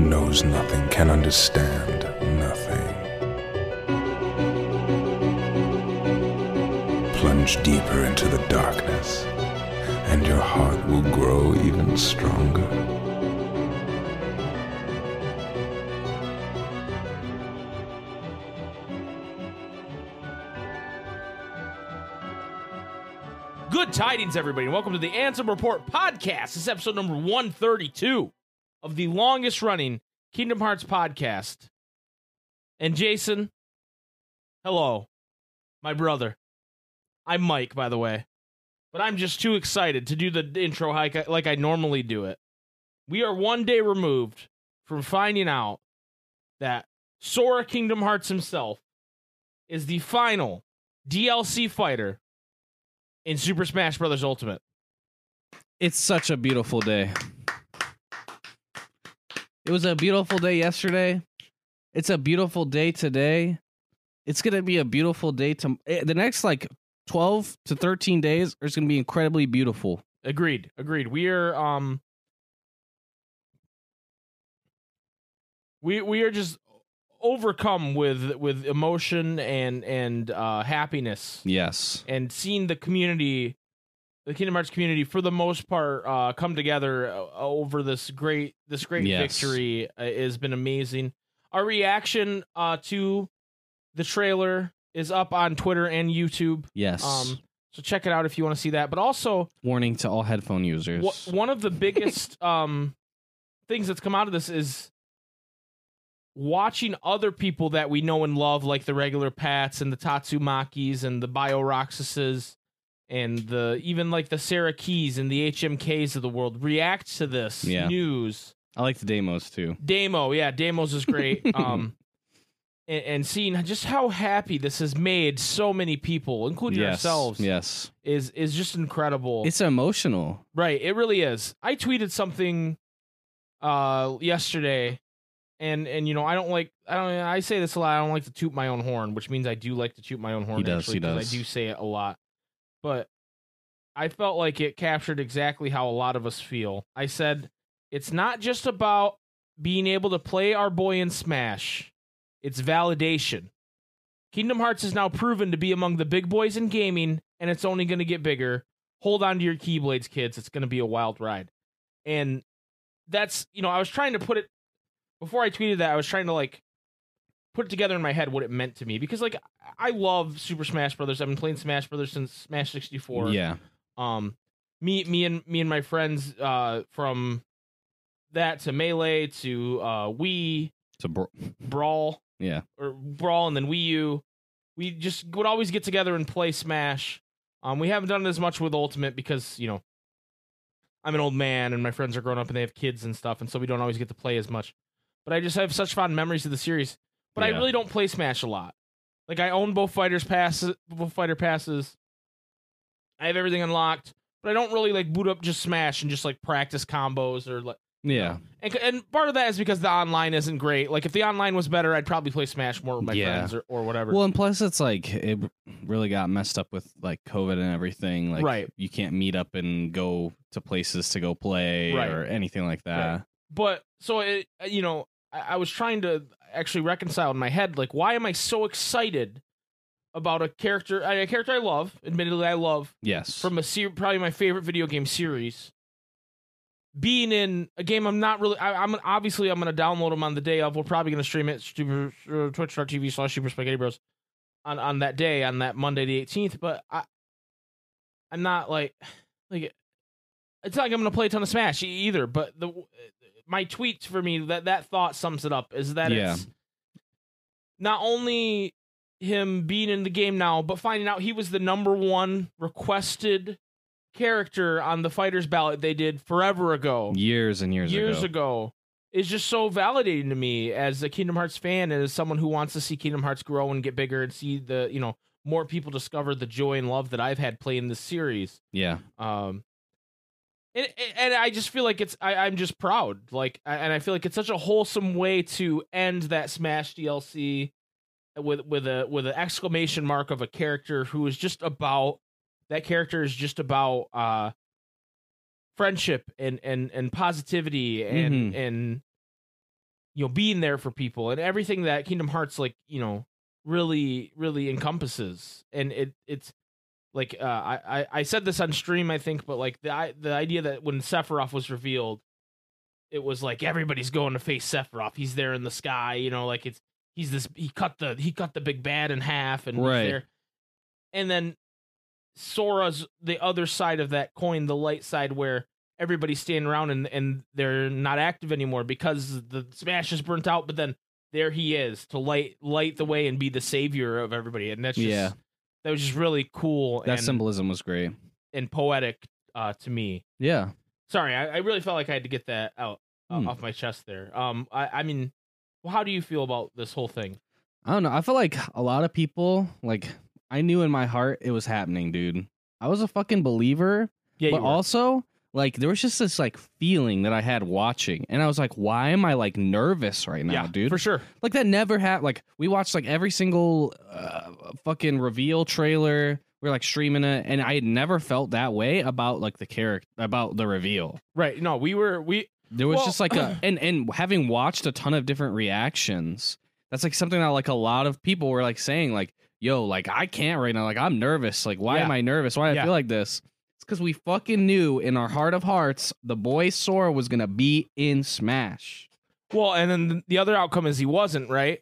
knows nothing, can understand nothing. Plunge deeper into the darkness, and your heart will grow even stronger. Good tidings, everybody, and welcome to the Ansem Report podcast. This is episode number 132 of the longest running Kingdom Hearts podcast. And Jason, hello, my brother. I'm Mike, by the way, but I'm just too excited to do the intro hike like I normally do it. We are one day removed from finding out that Sora Kingdom Hearts himself is the final DLC fighter in Super Smash Bros. Ultimate. It's such a beautiful day. It was a beautiful day yesterday. It's a beautiful day today. It's going to be a beautiful day to eh, the next like 12 to 13 days are going to be incredibly beautiful. Agreed. Agreed. We are um we we are just overcome with with emotion and and uh happiness Yes. and seeing the community the Kingdom Hearts community for the most part uh come together uh, over this great this great Yes. victory uh, has been amazing. Our reaction uh to the trailer is up on Twitter and YouTube. Yes. Um so check it out if you want to see that. But also Warning to all headphone users. Wha- one of the biggest um things that's come out of this is watching other people that we know and love, like the regular Pats and the Tatsumakis and the Bio Roxases and the even like the Sarah Keys and the HMKs of the world react to this Yeah. news. I like the demos too. Damo, yeah, Damo's is great. um and, and seeing just how happy this has made so many people, including yes. ourselves, Yes. is is just incredible. It's emotional. Right, it really is. I tweeted something uh yesterday and and you know, I don't like I don't I say this a lot. I don't like to toot my own horn, which means I do like to toot my own horn does, actually he 'cause does. I do say it a lot. But I felt like it captured exactly how a lot of us feel. I said it's not just about being able to play our boy in Smash. It's validation. Kingdom Hearts is now proven to be among the big boys in gaming, and it's only going to get bigger. Hold on to your Keyblades, kids. It's going to be a wild ride. And that's, you know, I was trying to put it, before I tweeted that, I was trying to, like, put together in my head what it meant to me. Because, like, I love Super Smash Brothers. I've been playing Smash Brothers since Smash 64 Yeah. um me me and me and my friends uh from that to melee to uh Wii It's a bro- brawl yeah. or brawl and then Wii U we just would always get together and play smash um we haven't done it as much with ultimate because you know I'm an old man and my friends are grown up and they have kids and stuff and so we don't always get to play as much but I just have such fond memories of the series but I Yeah. really don't play smash a lot like I own both fighters passes both fighter passes I have everything unlocked but I don't really like boot up just smash and just like practice combos or like Yeah. and, and part of that is because the online isn't great. Like if the online was better, I'd probably play Smash more with my Yeah. friends or, or whatever. Well, and plus it's like it really got messed up with like COVID and everything. Like Right. you can't meet up and go to places to go play Right. or anything like that. but so it, uh, you know, I, I was trying to actually reconcile in my head, like why am I so excited about a character, a character I love, admittedly I love Yes. from a ser- probably my favorite video game series. Being in a game, I'm not really. I, I'm obviously I'm going to download them on the day of. We're probably going to stream it super, uh, twitch.tv slash super spaghetti bros on on that day on that Monday the 18th. But I, I'm not like like it's not like I'm going to play a ton of Smash e- either. But the my tweets for me that that thought sums it up is that Yeah. it's not only him being in the game now, but finding out he was the number one requested character on the fighters ballot they did forever ago, years and years, years ago. ago, is just so validating to me as a Kingdom Hearts fan and as someone who wants to see Kingdom Hearts grow and get bigger and see the you know more people discover the joy and love that I've had playing this series. Yeah. Um, and, and I just feel like it's I, I'm just proud, like, and I feel like it's such a wholesome way to end that Smash DLC with with a with an exclamation mark of a character who is just about that character is just about uh friendship and and and positivity and Mhm. and you know being there for people and everything that Kingdom Hearts like you know really really encompasses and it it's like uh, I, I I said this on stream I think but like the I, the idea that when Sephiroth was revealed it was like everybody's going to face Sephiroth he's there in the sky you know like it's he's this he cut the he cut the big bad in half and he's Right. there. and then Sora's the other side of that coin the light side where everybody's standing around and and they're not active anymore because the smash is burnt out but then there he is to light light the way and be the savior of everybody and that's just Yeah. that was just really cool That and, symbolism was great. and poetic uh to me Yeah. sorry I, I really felt like i had to get that out uh, Hmm. off my chest there um i i mean well, how do you feel about this whole thing I don't know. I feel like a lot of people, like, I knew in my heart it was happening, dude. I was a fucking believer, yeah but also, like, there was just this, like, feeling that I had watching. And I was like, why am I, like, nervous right now, yeah dude? for sure Like, that never happened. Like, we watched, like, every single uh, fucking reveal trailer. We were, like, streaming it. And I had never felt that way about, like, the character, about the reveal. right no we were we There was Well- just like a and and having watched a ton of different reactions, that's like something that like a lot of people were like saying like, "Yo, like I can't right now. Like I'm nervous. Like why Yeah. am I nervous? Why do I Yeah. feel like this?" It's because we fucking knew in our heart of hearts the boy Sora was gonna be in Smash. Well, and then the other outcome is he wasn't right.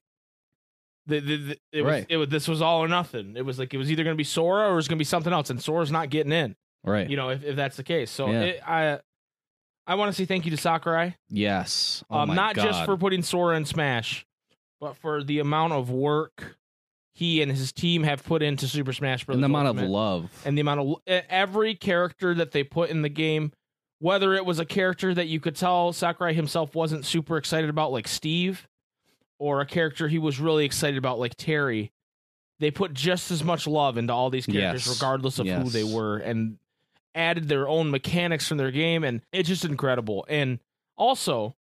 The, the, the- it was, Right. it was this was all or nothing. It was like it was either going to be Sora or it was going to be something else, and Sora's not getting in. Right. You know, if, if that's the case. So Yeah. it, I I want to say thank you to Sakurai, yes. Oh um, my not just God. for putting Sora in Smash, but for the amount of work he and his team have put into Super Smash Bros. and the amount of Ultimate love. and the amount of e, every character that they put in the game, whether it was a character that you could tell Sakurai himself wasn't super excited about, like Steve, or a character he was really excited about, like Terry, they put just as much love into all these characters, Yes. regardless of who Yes. they were, and added their own mechanics from their game, and it's just incredible. And also.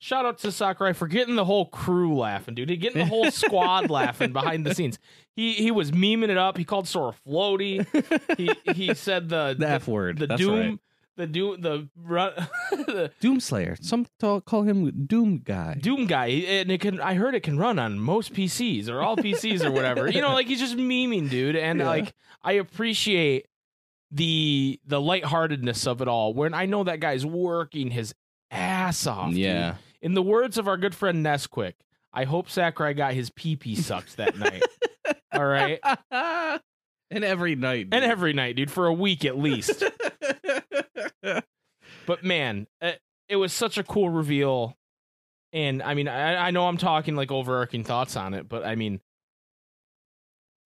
Shout out to Sakurai for getting the whole crew laughing, dude. Getting the whole squad laughing behind the scenes. He he was memeing it up. He called Sora floaty he he said the the F word. the That's doom right. the doom the run the Doomslayer. Some talk, call him Doom Guy. doom guy and it can I heard it can run on most PCs or all PCs or whatever you know like he's just memeing dude and Yeah. like I appreciate the the lightheartedness of it all when I know that guy's working his ass off dude. yeah. in the words of our good friend Nesquik I hope Sakurai got his pee pee sucked that night all right and every night. and every night dude for a week at least But man, it, it was such a cool reveal. And I mean, I, I know I'm talking like overarching thoughts on it, but I mean,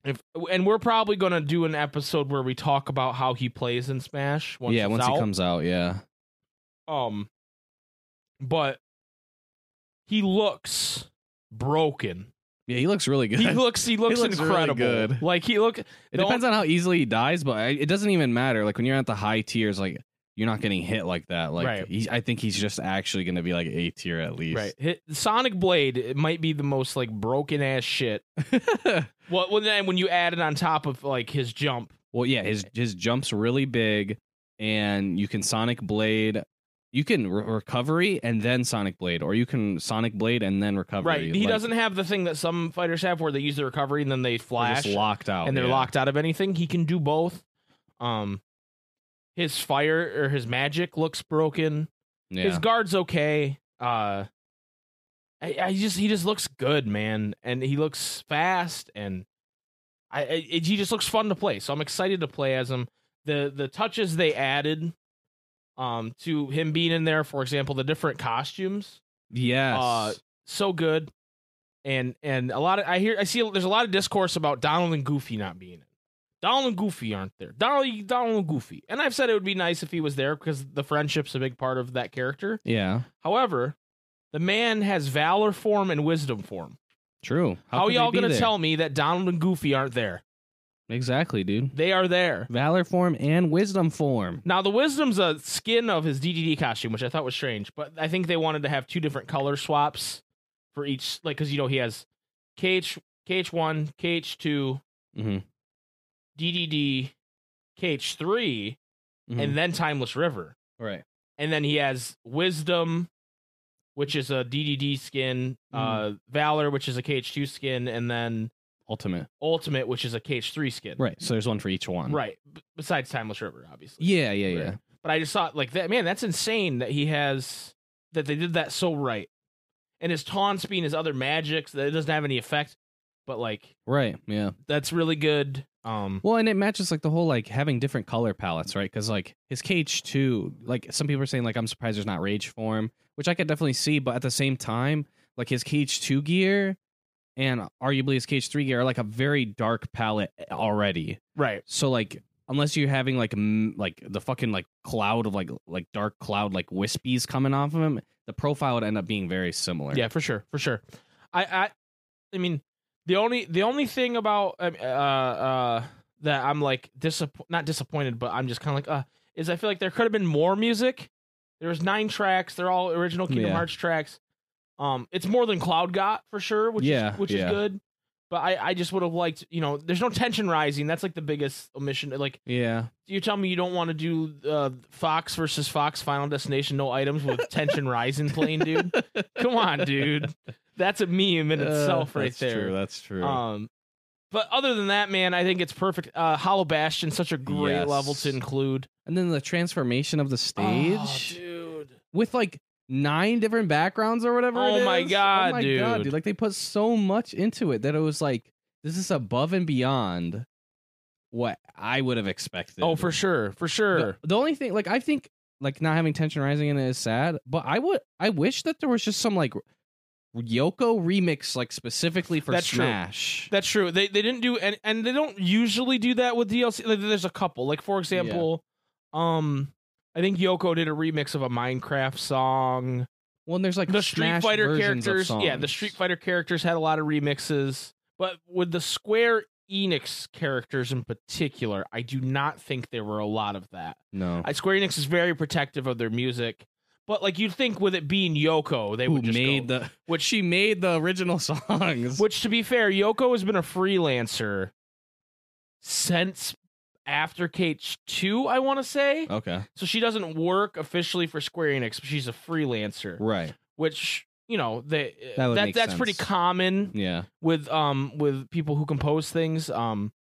if and we're probably gonna do an episode where we talk about how he plays in Smash. Once yeah, it's once out. it comes out, yeah. Um, but he looks broken. Yeah, he looks really good. He looks. He looks, looks really incredible. good. Like he look. it depends on how easily he dies, but I, it doesn't even matter. Like when you're at the high tiers, like you're not getting hit like that. Like Right. he's, I think he's just actually going to be like A tier at least. Right. Hit- Sonic Blade it might be the most like broken ass shit Well, well, then when you add it on top of like his jump, well, yeah, his his jump's really big, and you can Sonic Blade. You can re- recovery and then Sonic Blade, or you can Sonic Blade and then recovery. right? He Like, doesn't have the thing that some fighters have where they use the recovery and then they they're flash just locked out, and they're yeah. locked out of anything. He can do both. Um, his fire or his magic looks broken. Yeah. His guard's okay. Uh, I, I just he just looks good, man, and he looks fast, and I, I it, he just looks fun to play. So I'm excited to play as him. The the touches they added, um, to him being in there, for example, the different costumes, yes. uh, so good, and and a lot of I hear I see there's a lot of discourse about Donald and Goofy not being in. Donald and Goofy aren't there. Donald Donald and Goofy, and I've said it would be nice if he was there because the friendship's a big part of that character. yeah. However, the man has valor form and wisdom form. True. How, could are they y'all be gonna there? tell me that Donald and Goofy aren't there? Exactly, dude. They are there. Valor form and wisdom form. Now the wisdom's a skin of his DDD costume, which I thought was strange, but I think they wanted to have two different color swaps for each, like because you know he has KH KH one, KH two, Mhm. DDD, KH 3 and then Timeless River, mm-hmm. Right. and then he has wisdom, which is a DDD skin, Mm. uh, Valor, which is a KH2 skin, and then Ultimate. Ultimate, which is a KH3 skin. Right. So there's one for each one. Right. B- besides Timeless River, obviously. Yeah, yeah, yeah. Right. But I just thought, like, that man, that's insane that he has that they did that so right. And his taunts being his other magics, that it doesn't have any effect, but like, Right. Yeah. that's really good. Um, Well, and it matches like the whole like having different color palettes, right? Because like his cage two, like some people are saying, like I'm surprised there's not rage form, which I could definitely see. But at the same time, like his cage two gear and arguably his cage three gear are like a very dark palette eh, already. right. So like unless you're having like m- like the fucking like cloud of like like dark cloud like wispies coming off of him, the profile would end up being very similar. Yeah, for sure, for sure. I, I, I mean, the only the only thing about um, uh uh that I'm like disappointed, not disappointed, but I'm just kind of like uh is I feel like there could have been more music. There was nine tracks. They're all original Kingdom Yeah. Hearts tracks. Um, it's more than Cloud got for sure, which Yeah, is which yeah. is good. But I, I just would have liked, you know, there's no tension rising. That's like the biggest omission. Like Yeah. you tell me you don't want to do uh, Fox versus Fox Final Destination no items with Tension Rising playing, dude. Come on, dude. That's a meme in itself, right Uh, that's there. True, that's true. Um, but other than that, man, I think it's perfect. Uh, Hollow Bastion, such a great Yes. level to include. and then the transformation of the stage. Oh, dude. with like nine different backgrounds or whatever. Oh it my is. God, dude. Like they put so much into it that it was like this is above and beyond what I would have expected. Oh, for sure, for The, sure. the only thing, like I think, like not having tension rising in it is sad. But I would, I wish that there was just some like Yoko remix, like specifically for That's true. Smash. That's true. They they didn't do and and they don't usually do that with DLC. Like, There's a couple. Like for example, um, I think Yoko did a remix of a Minecraft song. Well, and there's like the Smash Street Fighter versions of characters, yeah, the songs. Street Fighter characters had a lot of remixes, but with the Square Enix characters in particular, I do not think there were a lot of that. No, I, Square Enix is very protective of their music, but like you'd think with it being Yoko, they who would just made go- the which- she made the original songs. Which, to be fair, Yoko has been a freelancer since after Cage Two, I want to say. okay, So she doesn't work officially for Square Enix, but she's a freelancer. right? which you know they That that, would make that's pretty sense. common Yeah. with um with people who compose things um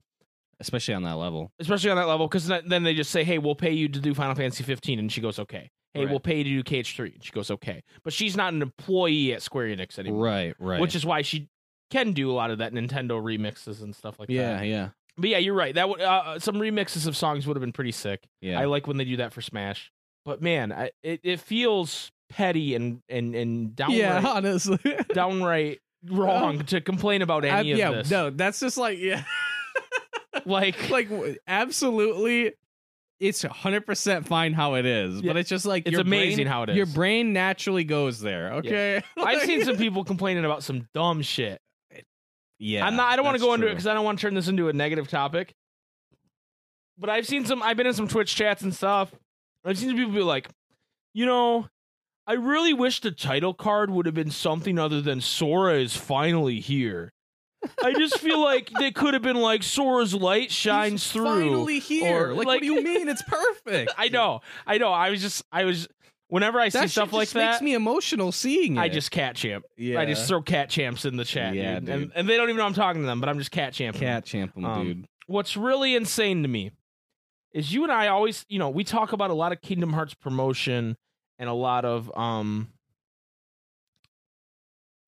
especially on that level. especially on that level because then they just say hey we'll pay you to do Final Fantasy 15 and she goes okay hey Right. we'll pay you to do KH3 and she goes okay but she's not an employee at Square Enix anymore Right, right. which is why she can do a lot of that Nintendo remixes and stuff like yeah, that yeah, but yeah you're right that would uh, some remixes of songs would have been pretty sick yeah. I like when they do that for Smash but man I, it it feels petty and and and downright honestly. downright wrong to complain about any Oh. I- of yeah, this. no, that's just like yeah, Like, like w- absolutely. It's hundred percent fine how it is, but Yeah. it's just like It's your amazing brain- how it is. Your brain naturally goes there. Okay, I've seen some people complaining about some dumb shit. Yeah, I'm not. I don't want to that's go into it true. because I don't want to turn this into a negative topic. But I've seen some. I've been in some Twitch chats and stuff. I've seen some people be like, you know, I really wish the title card would have been something other than Sora is finally here. I just feel like they could have been like Sora's light shines He's through. Finally here. or, like- like, what do you mean? It's perfect. I know. I know. I was just. I was. Whenever I That see shit stuff like just that, makes me emotional seeing it. I just cat champ. yeah. I just throw cat champs in the chat, Yeah, dude. dude. And, and they don't even know I'm talking to them, but I'm just cat champing. cat champ him, Um, dude. What's really insane to me is you and I always, you know, we talk about a lot of Kingdom Hearts promotion and a lot of um.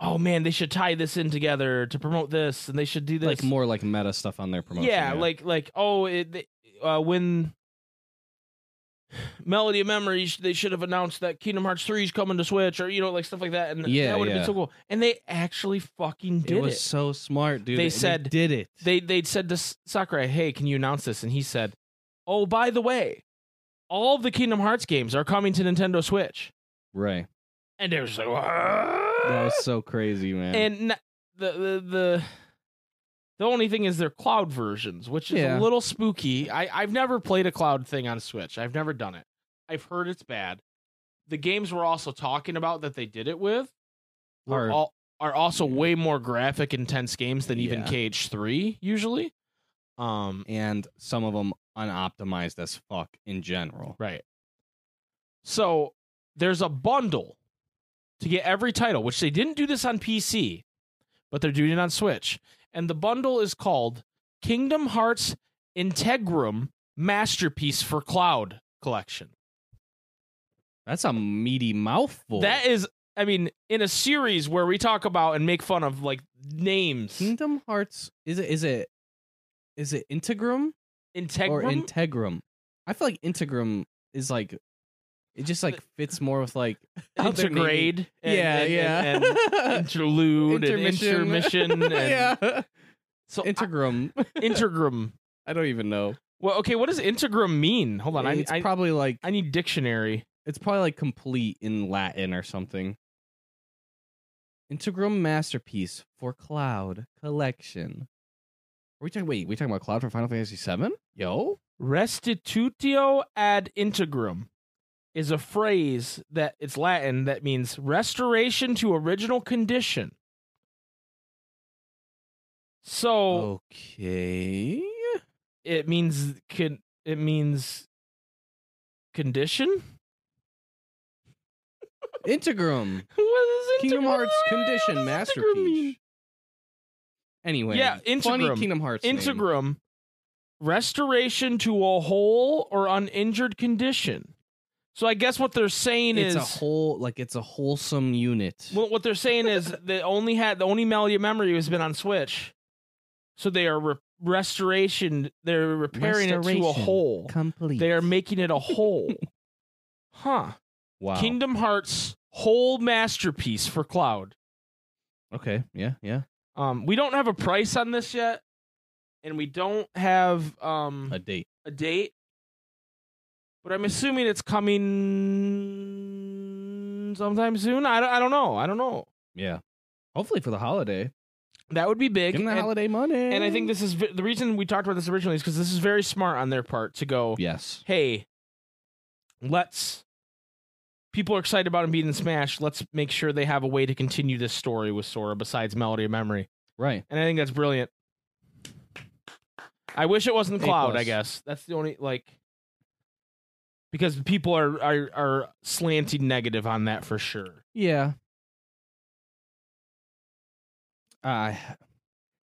Oh man, they should tie this in together to promote this, and they should do this. Like more like meta stuff on their promotion. Yeah, like like oh, it, they- uh, when Melody of Memories they should have announced that Kingdom Hearts three is coming to Switch or you know like stuff like that, and Yeah, that would have yeah. been so cool. And they actually fucking it did was it. so smart, dude. They said- did it. They they said to S- Sakurai, "Hey, can you announce this?" And he said, "Oh, by the way, all of the Kingdom Hearts games are coming to Nintendo Switch." Right. And they were just like, That was so crazy, man. and n- the the the the only thing is they're cloud versions, which is Yeah. a little spooky. I I've never played a cloud thing on Switch. I've never done it. I've heard it's bad. The games we're also talking about that they did it with are Or- all, are also way more graphic intense games than even Yeah. KH3 usually. Um and some of them unoptimized as fuck in general. right. So there's a bundle to get every title, which they didn't do this on PC, but they're doing it on Switch. And the bundle is called Kingdom Hearts Integrum Masterpiece for Cloud Collection. That's a meaty mouthful. That is, I mean, in a series where we talk about and make fun of like names, Kingdom Hearts is it is it is it Integrum or Integrum. Integrum? I feel like Integrum is like it just like fits more with like other naming- Integrate, and, yeah, and- yeah. and- and interlude, and intermission, and yeah. so I- Integrum. integrum. I don't even know. Well, okay, what does integrum mean? Hold on, I, it's I, probably like I need dictionary. it's probably like complete in Latin or something. Integrum masterpiece for cloud collection. Are we talking? Wait, we talking about cloud for Final Fantasy VII? Yo, Restitutio ad integrum is a phrase that it's Latin that means restoration to original condition. So Oh. okay. it means con- it means condition. Integrum what is Kingdom integrum- Hearts what does condition integrum mean? masterpiece. Anyway, Yeah, funny Integrum. Kingdom Hearts name. Integrum, restoration to a whole or uninjured condition. So I guess what they're saying It's is a whole like it's a wholesome unit. Well, what they're saying is they only had the only Melody of Memory has been on Switch, so they are re- restoration. They're repairing it to a Restoration. whole. complete. They are making it a whole. huh? wow. Kingdom Hearts whole masterpiece for cloud. Okay. Yeah. Yeah. Um, we don't have a price on this yet, and we don't have um A date. a date. But I'm assuming it's coming sometime soon. I don't, I don't know. I don't know. Yeah. Hopefully for the holiday. That would be big. Give them the and- holiday money. And I think this is ve- the reason we talked about this originally is because this is very smart on their part to go, Yes. hey, let's. People are excited about him being in Smash. Let's make sure they have a way to continue this story with Sora besides Melody of Memory. Right. And I think that's brilliant. I wish it wasn't A Cloud, I plus. guess. That's the only, like. Because people are, are, are slanting negative on that for sure. Yeah. Uh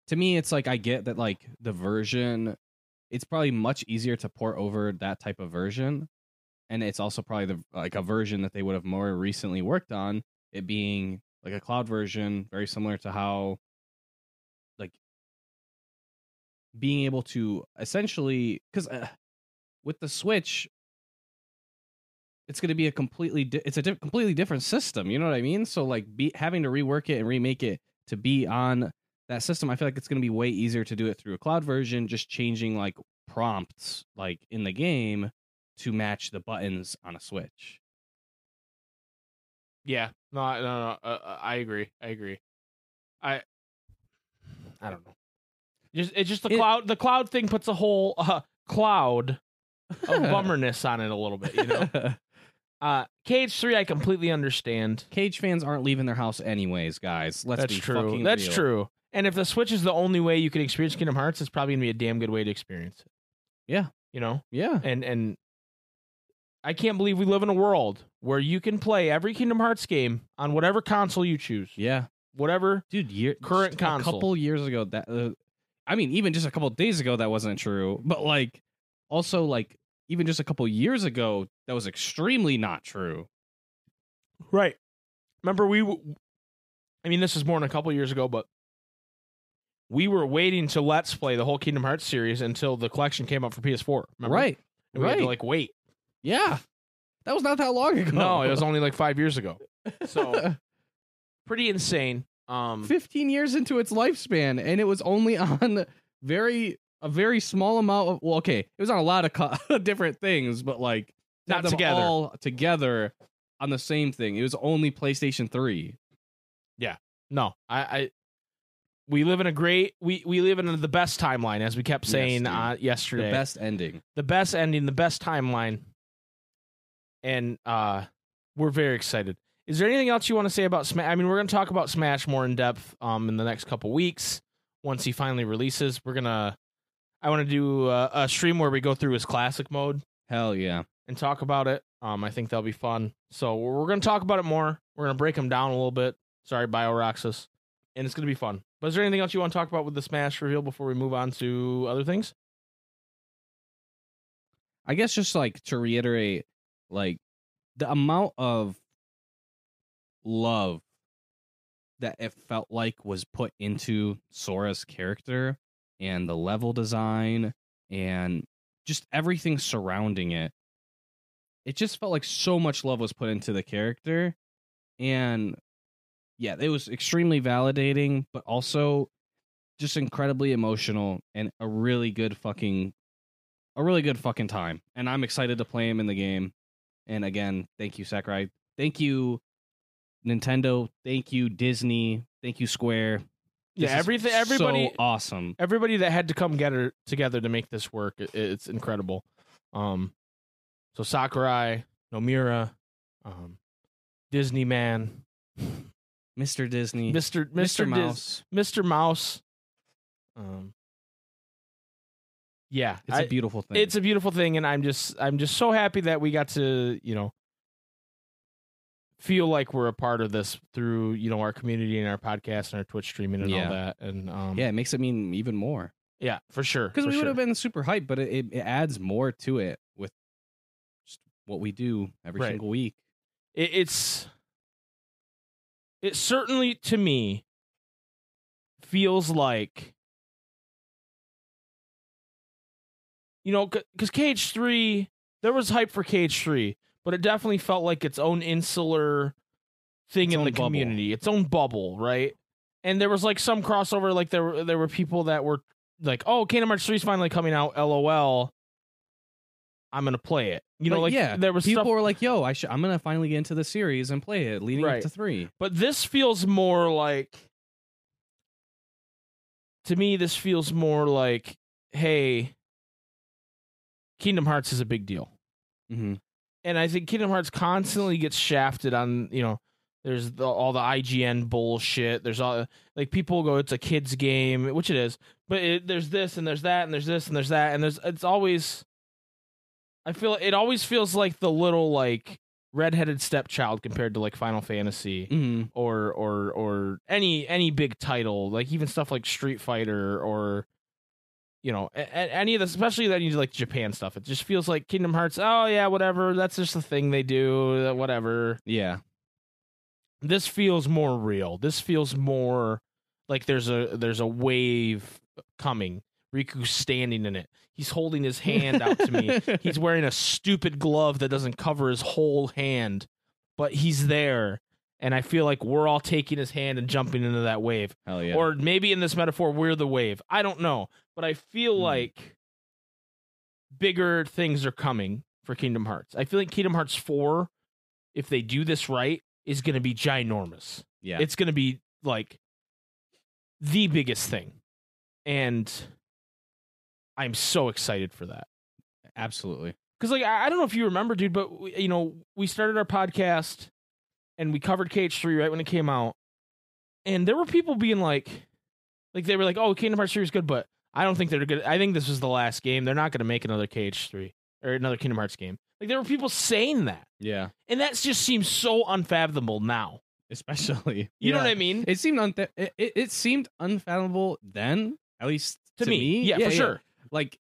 to me it's like I get that like the version it's probably much easier to port over that type of version and it's also probably the like a version that they would have more recently worked on it being like a cloud version very similar to how like being able to essentially cuz uh, with the switch it's going to be a completely di- it's a diff- completely different system you know what i mean so like be having to rework it and remake it to be on that system i feel like it's going to be way easier to do it through a cloud version just changing like prompts like in the game to match the buttons on a switch Yeah, no, I- no, no. Uh, uh, I agree. I agree. I, I don't know. Just it's just the It- cloud. The cloud thing puts a whole uh, cloud of bummerness on it a little bit. Oh, You know, uh, Cage Three, I completely understand. cage fans aren't leaving their house anyways guys let's That's be true. fucking That's real. true. And if the Switch is the only way you can experience Kingdom Hearts, it's probably gonna be a damn good way to experience it. Yeah. You know, yeah and and I can't believe we live in a world where you can play every Kingdom Hearts game on whatever console you choose, yeah whatever dude year Current just a console. couple years ago that uh, i mean even just a couple days ago that wasn't true but like also like even just a couple years ago that was extremely not true Right. Remember, we. w- I mean, this is more than a couple years ago, but we were waiting to Let's Play the whole Kingdom Hearts series until the collection came out for PS4. Remember? right And we had to right. like wait. yeah that was not that long ago No, it was only like five years ago. So pretty insane. Um, 15 years into its lifespan and it was only on very a very small amount of well okay it was on a lot of co- different things but like to have Not them together. all together on the same thing it was only playstation 3 no, I, I. We live in a great. We we live in the best timeline, as we kept Yes, saying dude. uh, yesterday. the best ending the best ending, the best timeline. And uh we're very excited. Is there anything else you want to say about Smash? I mean, we're going to talk about Smash more in depth um in the next couple weeks once he finally uh, releases. We're going to I want to do a, a stream where we go through his classic mode hell yeah and talk about it. Um, I think that'll be fun. So we're we're gonna talk about it more. We're gonna break them down a little bit. Sorry, Bioroxas, and it's gonna be fun. But is there anything else you want to talk about with the Smash reveal before we move on to other things? I guess just like to reiterate, like the amount of love that it felt like was put into Sora's character and the level design and just everything surrounding it. It just felt like so much love was put into the character. And yeah, it was extremely validating, but also just incredibly emotional and a really good fucking a really good fucking time. And I'm excited to play him in the game. And again, thank you, Sakurai. Thank you, Nintendo. Thank you, Disney. Thank you, Square. yeah, This is everything. so Everybody. awesome. everybody that had to come get her together to make this work. i- it's incredible. Um, so Sakurai, Nomura, um, Disney Man, Mr. Disney. Mister Mister Mouse, Mouse. Mister Mouse. Um, yeah, It's I- a beautiful thing. it's a beautiful thing, and I'm just I'm just so happy that we got to you know feel like we're a part of this through you know our community and our podcast and our Twitch streaming and Yeah. all that, and um, yeah, it makes it mean even more. yeah, for sure, Because for we sure. would have been super hyped, but it, it, it adds more to it with just what we do every Right. single week. it, it's it certainly to me feels like you know because cage 3 there was hype for cage 3 but it definitely felt like its own insular thing Its in own the bubble. community its own bubble right and there was like some crossover like there were there were people that were like oh kingdom hearts 3 is finally coming out lol i'm gonna play it you know like yeah, there was people stuff were like, "Yo, I should. I'm gonna finally get into the series and play it, leading Right. up to three. But this feels more like to me this feels more like hey Kingdom Hearts is a big deal. Mm-hmm. And I think Kingdom Hearts constantly gets shafted on, you know, there's the, all the IGN bullshit. There's all like people go it's a kids game, which it is. But it, there's this and there's that and there's this and there's that and there's it's always I feel it always feels like the little like redheaded stepchild compared to like Final Fantasy Mm-hmm. or or or any any big title like even stuff like street fighter or you know a- a- any of this especially that you do, like japan stuff it just feels like kingdom hearts oh yeah whatever that's just the thing they do uh, whatever Yeah, this feels more real this feels more like there's a there's a wave coming riku's standing in it he's holding his hand out to me he's wearing a stupid glove that doesn't cover his whole hand, but he's there. And I feel like we're all taking his hand and jumping into that wave. Hell yeah. Or maybe in this metaphor, we're the wave. I don't know. But I feel Hmm. like bigger things are coming for Kingdom Hearts. I feel like Kingdom Hearts 4, if they do this right, is going to be ginormous yeah, it's going to be like the biggest thing. And I'm so excited for that absolutely. because like I, I don't know if you remember, dude, but we, you know we started our podcast and we covered Cage Three right when it came out, and there were people being like, like they were like, "Oh, Kingdom Hearts Three is good," but I don't think they're good. I think this is the last game. They're not going to make another Cage Three or another Kingdom Hearts game. Like there were people saying that, Yeah, and that just seems so unfathomable now. especially. You know Yeah. what I mean? It seemed unth- it, it, it seemed unfathomable then, at least to, me, yeah, for sure, Like,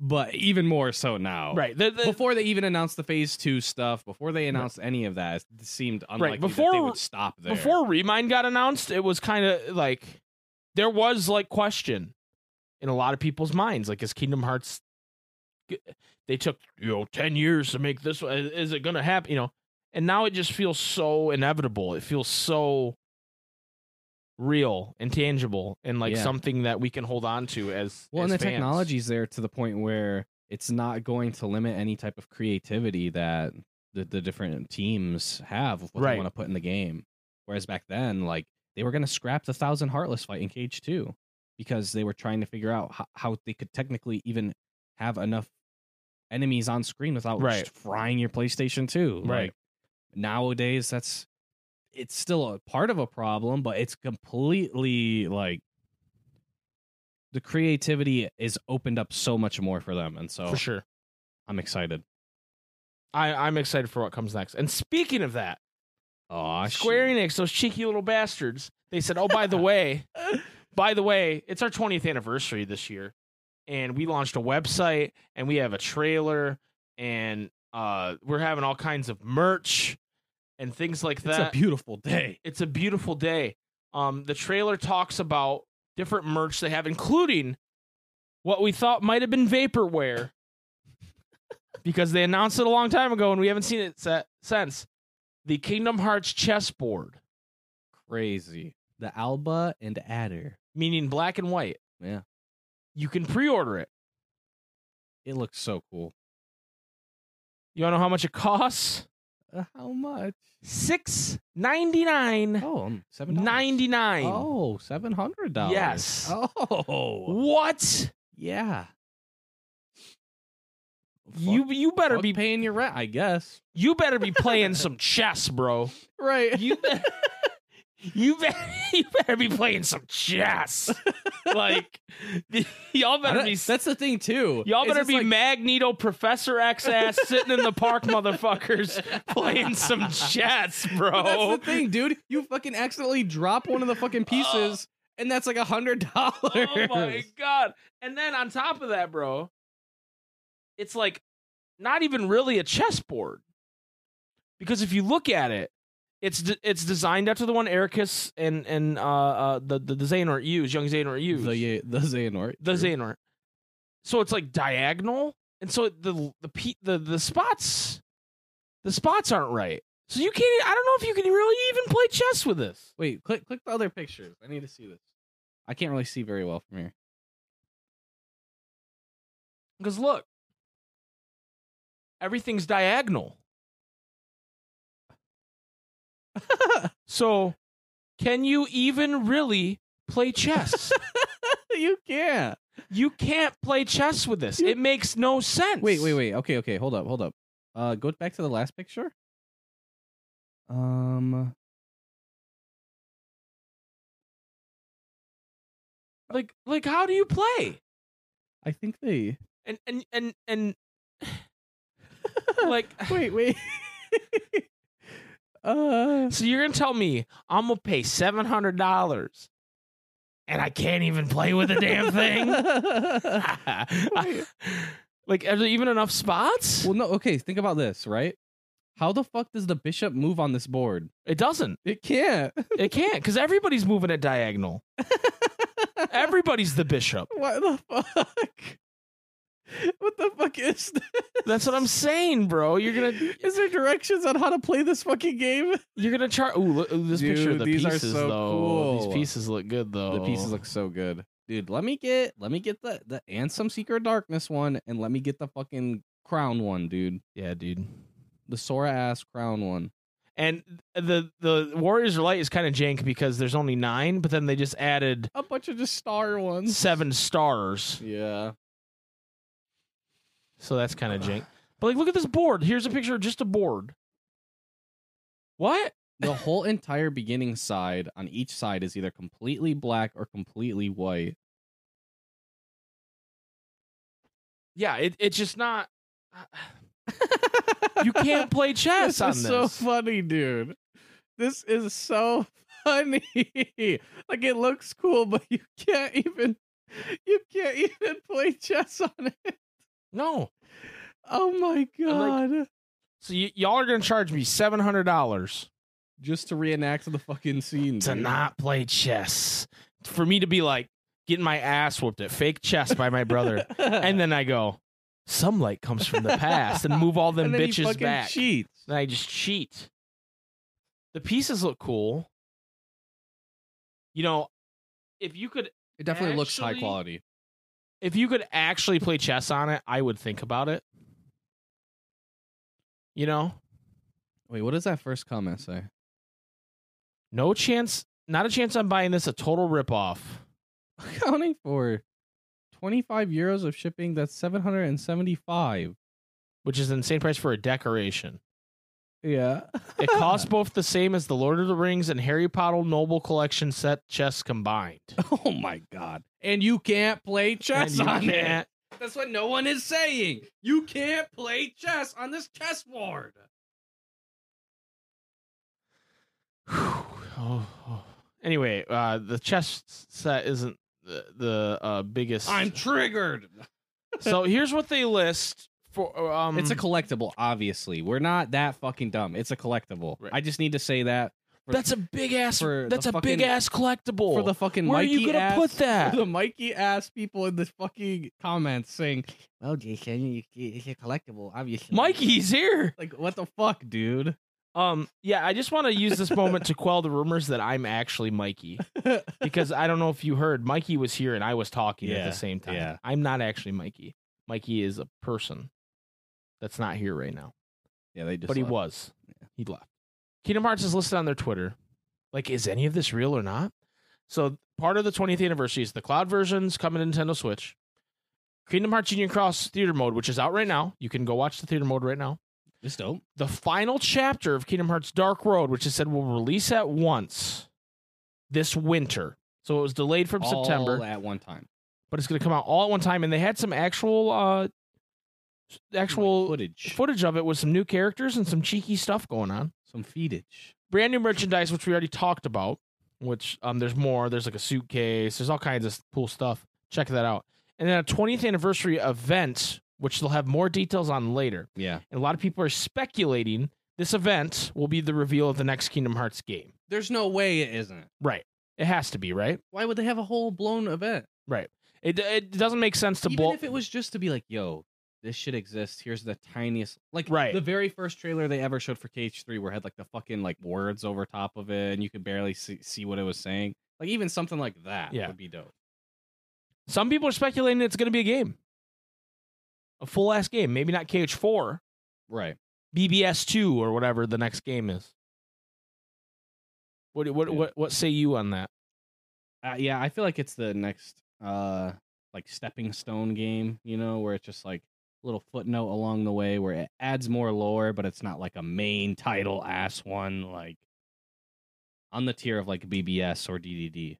but even more so now. right? The- the- Before they even announced the phase two stuff, before they announced any of that, it seemed unlikely that they before- would stop there. Before Remind got announced, it was kind of like there was like question in a lot of people's minds, like is Kingdom Hearts. They took you know ten years to make this. one. Is it gonna happen? You know, and now it just feels so inevitable. It feels so real and tangible, and like Yeah. something that we can hold on to as well, as and the fans. technology's there to the point where it's not going to limit any type of creativity that the, the different teams have with what Right. they want to put in the game. Whereas back then, like they were going to scrap the thousand heartless fight in Cage Two because they were trying to figure out how, how they could technically even have enough enemies on screen without Right. just frying your PlayStation Two. Right. Like, nowadays, that's it's still a part of a problem, but it's completely like the creativity is opened up so much more for them, and so for sure. I'm excited. I, I'm excited for what comes next. And speaking of that, Aw, Square Enix, those cheeky little bastards, they said, "Oh, by the way, by the way, it's our 20th anniversary this year, and we launched a website, and we have a trailer, and uh, we're having all kinds of merch and things like It's that. a beautiful day. It's a beautiful day. Um, the trailer talks about different merch they have, including what we thought might have been vaporware, because they announced it a long time ago, and we haven't seen it se- since. The Kingdom Hearts chessboard, Crazy. The Alba and Adder. meaning black and white. Yeah. You can pre-order it. It looks so cool. You wanna know how much it costs? Uh, how much? Six ninety nine. Oh, um, seven Ninety nine. Oh, seven hundred dollars. Yes. Oh, What? yeah. You you better better be be paying your rent, I guess. you better be playing some chess, bro. Right. You better, you better, you better be playing some chess. Like the- y'all better be that's the thing too. y'all It's better just be like- Magneto Professor X ass sitting in the park, motherfuckers, playing some chess, But bro. That's the thing, dude. You fucking accidentally drop one of the fucking pieces, and that's like a hundred dollars. Uh, Oh my god! And then on top of that, bro, it's like not even really a chessboard because if you look at it, it's de- it's designed after the one Ericus and and uh, uh the the, the Xehanort used, young Xehanort used, The the Xehanort. the true. Xehanort. So it's like diagonal, and so the the pe- the the spots the spots aren't right. So you can't. e, I don't know if you can really even play chess with this. Wait, click click the other pictures. I need to see this. I can't really see very well from here. Because look, everything's diagonal. so, can you even really play chess? you can't. you can't play chess with this. You- It makes no sense. Wait, wait, wait. Okay, okay. Hold up, hold up. Uh, go back to the last picture. Um, Like, like, how do you play? I think they. And and and and like, Wait, wait. uh, so you're gonna tell me I'm gonna pay seven hundred dollars, and I can't even play with the damn thing? thing. Wait. like, are there even enough spots? Well, no, okay, think about this, right? How the fuck does the bishop move on this board? It doesn't. It can't. It can't because everybody's moving at diagonal. Everybody's the bishop. what the fuck? What the fuck is this? That's what I'm saying, bro. You're gonna Is there directions on how to play this fucking game? you're gonna try. Ooh, look, ooh, this picture of Dude, the these are pieces so though. cool. These pieces look good though. The pieces look so good. Dude, let me get let me get the the Ansem Secret Darkness one and let me get the fucking crown one, dude. yeah, dude. The Sora ass crown one. And the the Warriors are light is kind of jank because there's only nine, but then they just added A bunch of just star ones. seven stars, Yeah. so that's kind of jank. But like, look at this board. Here's a picture of just a board. What? the whole entire beginning side on each side is either completely black or completely white. Yeah, it, it's just not. You can't play chess this on is this. so funny, dude. This is so funny. like it looks cool, but you can't even you can't even play chess on it. No. Oh my god. I'm So y- y'all are gonna charge me seven hundred dollars Just to reenact the fucking scene. to dude. not play chess, for me to be like getting my ass whooped at fake chess by my brother, and then I go, some light comes from the past, and move all them And then he bitches fucking back. cheats. Then I just cheat. The pieces look cool. You know, if you could, It definitely looks high Actually- quality. if you could actually play chess on it, I would think about it. You know, Wait, what does that first comment say? no chance, not a chance on buying this. A total ripoff. accounting for 25 euros of shipping that's 775 which is an insane price for a decoration. yeah It costs both the same as the Lord of the Rings and Harry Potter Noble Collection set chess combined. oh my god and you can't play chess And you on can't That's what no one is saying. You can't play chess on this chessboard. oh, oh. Anyway, uh, the chess set isn't the, the uh, biggest. I'm triggered. so here's what they list for. Um, It's a collectible, obviously. We're not that fucking dumb. It's a collectible. Right. I just need to say that for- that's a big ass. for the That's a fucking- big ass collectible. for the fucking Where are Mikey you gonna ass, put that? for the Mikey ass people in the fucking comments saying, "Well, Jason, you, it's a collectible, obviously." Mikey's here. like, what the fuck, dude? Um, yeah, I just want to use this moment to quell the rumors that I'm actually Mikey because I don't know if you heard, Mikey was here and I was talking at Yeah, the same time. yeah. I'm not actually Mikey. Mikey is a person that's not here right now, yeah, they just. but he left. was. He left. Kingdom Hearts is listed on their Twitter. Like, is any of this real or not? So part of the 20th anniversary is the cloud versions coming to Nintendo Switch. Kingdom Hearts Union Cross Theater Mode, which is out right now. You can go watch the theater mode right now Just dope. the final chapter of Kingdom Hearts Dark Road, which is said will release at once this winter. So it was delayed from All September, at one time. but it's going to come out all at one time. And they had some actual, uh, s- actual Like footage, footage of it with some new characters and some cheeky stuff going on. some footage. Brand new merchandise, which we already talked about. Which um, there's more. There's like a suitcase. There's all kinds of cool stuff. Check that out. And then a 20th anniversary event, which they'll have more details on later. Yeah, And a lot of people are speculating this event will be the reveal of the next Kingdom Hearts game. there's no way it isn't. Right. It has to be, right? Why would they have a whole blown event? It, it doesn't make sense to Even blow. if it was just to be like, "Yo, this shit exists." Here's the tiniest, like, Right. The very first trailer they ever showed for KH3, where it had like the fucking like words over top of it, and you could barely see, see what it was saying. Like even something like that Yeah. would be dope. Some people are speculating it's going to be a game, a full ass game. Maybe not KH4, Right. BBS2, or whatever the next game is. What what Yeah. what what say you on that? Uh, yeah, I feel like it's the next uh like stepping stone game, you know, where it's just like a little footnote along the way where it adds more lore, but it's not like a main title ass one like on the tier of like BBS or DDD.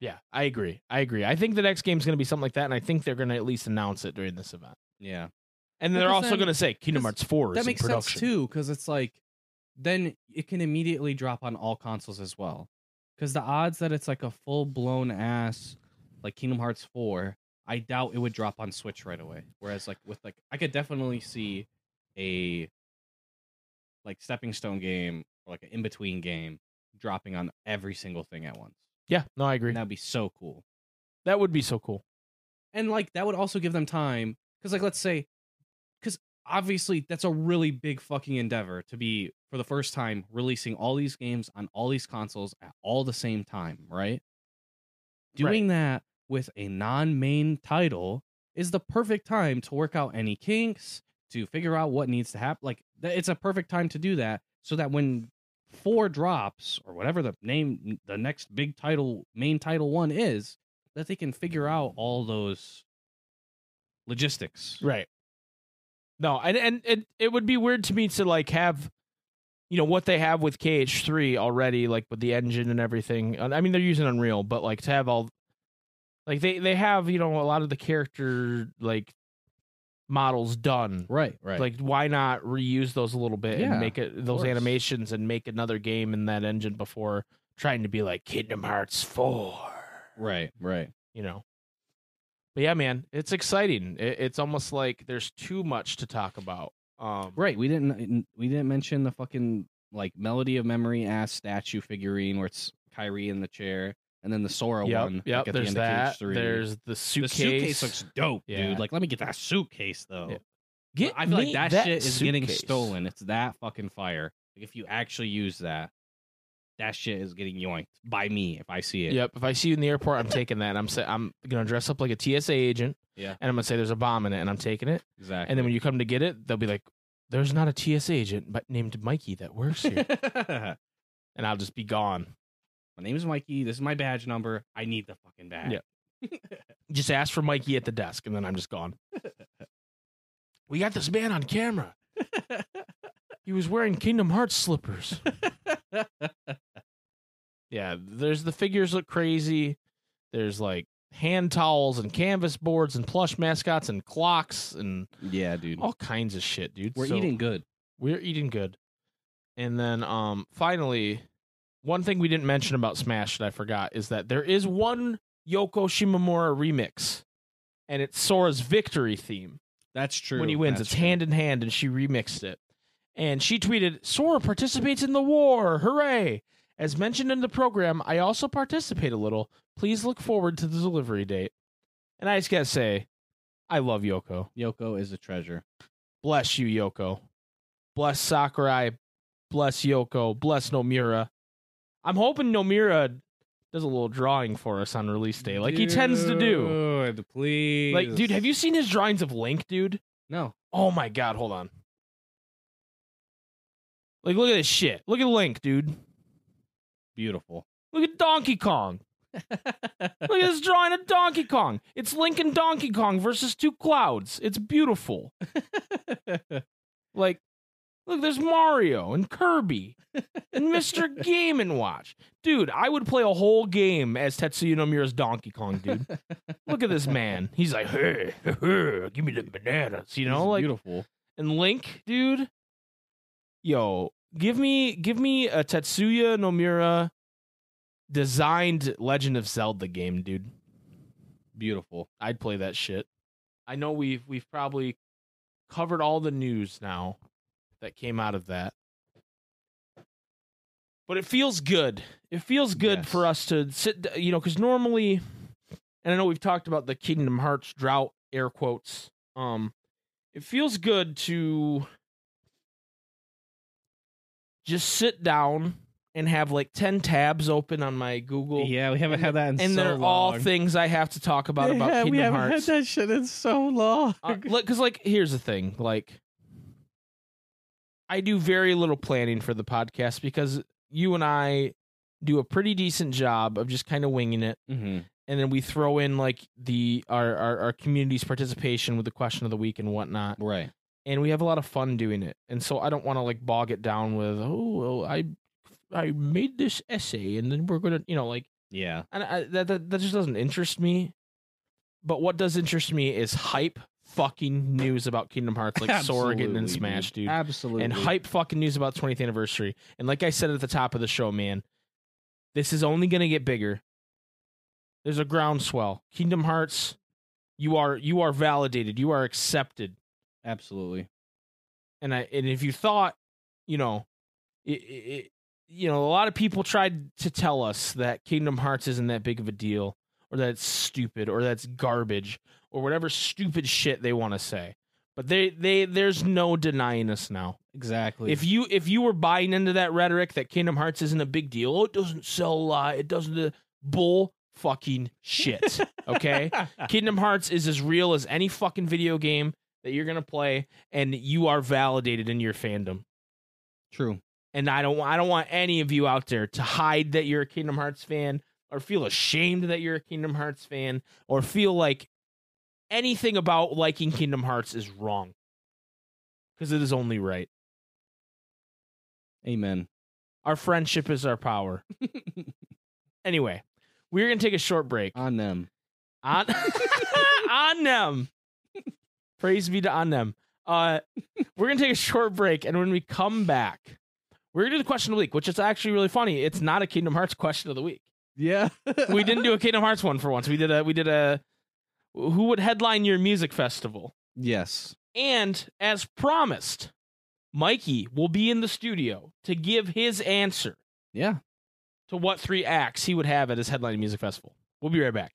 Yeah, I agree. I agree. I think the next game's going to be something like that, and I think they're going to at least announce it during this event. Yeah. And Well, they're 'cause also then- going to say Kingdom 'cause Hearts 4 is that in makes sense production. too because it's like then it can immediately drop on all consoles as well because the odds that it's like a full-blown ass like kingdom hearts 4 i doubt it would drop on switch right away whereas like with like i could definitely see a like stepping stone game or like an in-between game dropping on every single thing at once Yeah, no, I agree. and that'd be so cool That would be so cool. and like that would also give them time because like let's say because obviously that's a really big fucking endeavor to be for the first time releasing all these games on all these consoles at all the same time right doing that with a non-main title is the perfect time to work out any kinks to figure out what needs to happen like th- it's a perfect time to do that so that when four drops or whatever the name the next big title main title one is that they can figure out all those logistics Right. No, and and it it would be weird to me to like have you know what they have with KH3 already like with the engine and everything. And, I mean they're using Unreal, but like to have all like they they have, you know, a lot of the character like models done. right right Like why not reuse those a little bit Yeah, and make it those course. animations and make another game in that engine before trying to be like Kingdom Hearts 4 right right you know. But yeah, man, it's exciting. It, it's almost like there's too much to talk about. Um, right we didn't we didn't mention the fucking like melody of memory ass statue figurine where it's Kyrie in the chair and then the Sora Yep. one Yep. like, at there's the end that. of KH3 There's the the suitcase. suitcase looks dope Yeah. dude like let me get that suitcase though Yeah. Get I feel like me that, shit is getting suitcase. stolen. It's that fucking fire. Like if you actually use that, that shit is getting yoinked by me if I see it. Yep. If I see you in the airport, I'm taking that. I'm sa- I'm gonna dress up like a TSA agent. Yeah. And I'm gonna say there's a bomb in it, and I'm taking it. Exactly. And then when you come to get it, they'll be like, "There's not a TSA agent, but named Mikey that works here," my and I'll just be gone. name is Mikey. This is my badge number. I need the fucking badge. Yeah. Just ask for Mikey at the desk, and then I'm just gone. we got this man on camera. He was wearing Kingdom Hearts slippers. yeah, there's the figures look crazy. There's like hand towels and canvas boards and plush mascots and clocks and Yeah, dude. all kinds of shit, dude. Oh, We're So- eating good. we're eating good. And then um finally, one thing we didn't mention about Smash that I forgot is that there is one Yoko Shimomura remix. And it's Sora's victory theme That's true. when he wins. That's it's true. hand in hand, and she remixed it. And she tweeted, Sora participates in the war. Hooray! As mentioned in the program, I also participate a little. Please look forward to the delivery date. And I just gotta say, I love Yoko. Yoko is a treasure. Bless you, Yoko. Bless Sakurai. Bless Yoko. Bless Nomura. I'm hoping Nomura does a little drawing for us on release day, like he tends to do. Dude, Please. Like, dude, have you seen his drawings of Link, dude? No. Oh my god, hold on. Like, look at this shit. Look at Link, dude. Beautiful. Look at Donkey Kong. Look at this drawing of Donkey Kong. It's Link and Donkey Kong versus two clouds. It's beautiful. Like, look, there's Mario and Kirby and Mr. Game and Watch. Dude, I would play a whole game as Tetsuya Nomura's Donkey Kong, dude. look at this man. He's like, hey, give me the bananas, you This know? is Like, beautiful. and Link, dude. Yo, give me give me a Tetsuya Nomura designed Legend of Zelda game, dude. Beautiful. I'd play that shit. I know we've we've probably covered all the news now that came out of that. But it feels good. It feels good Yes. for us to sit, d- you know, because normally, and I know we've talked about the Kingdom Hearts drought, air quotes. Um, it feels good to just sit down and have like ten tabs open on my Google, yeah, we haven't had that in and so they're long. all things I have to talk about about yeah, we Kingdom haven't Hearts. had that shit in so long. Uh, like, cause like, here's the thing. Like, I do very little planning for the podcast because you and I do a pretty decent job of just kind of winging it, mm-hmm. and then we throw in like the our, our our community's participation with the question of the week and whatnot, Right. and we have a lot of fun doing it. And so I don't want to like bog it down with oh well, I I made this essay and then we're gonna you know like Yeah. and I, that, that that just doesn't interest me. But what does interest me is hype fucking news about Kingdom Hearts, like Sora getting in Absolutely, Smash, dude, Absolutely. and hype fucking news about 20th anniversary. And like I said at the top of the show, man, this is only gonna get bigger. There's a groundswell. Kingdom Hearts, you are you are validated, you are accepted. Absolutely. And I and if you thought, you know, it, it, you know, a lot of people tried to tell us that Kingdom Hearts isn't that big of a deal, or that it's stupid, or that's garbage, or whatever stupid shit they want to say. But they, they, there's no denying us now. Exactly. If you, if you were buying into that rhetoric that Kingdom Hearts isn't a big deal, oh, it doesn't sell a lot, it doesn't uh, bull fucking shit. Okay, Kingdom Hearts is as real as any fucking video game that you're gonna play, and you are validated in your fandom True. and I don't want I don't want any of you out there to hide that you're a Kingdom Hearts fan or feel ashamed that you're a Kingdom Hearts fan or feel like anything about liking Kingdom Hearts is wrong. Cuz it is only right. Amen. Our friendship is our power. anyway, we're going to take a short break. On them. on on them. Praise be to on them. Uh, we're gonna take a short break, and when we come back, we're gonna do the question of the week, which is actually really funny. It's not a Kingdom Hearts question of the week. Yeah. We didn't do a Kingdom Hearts one for once. We did a we did a who would headline your music festival? Yes. And as promised, Mikey will be in the studio to give his answer Yeah. to what three acts he would have at his headline music festival. We'll be right back.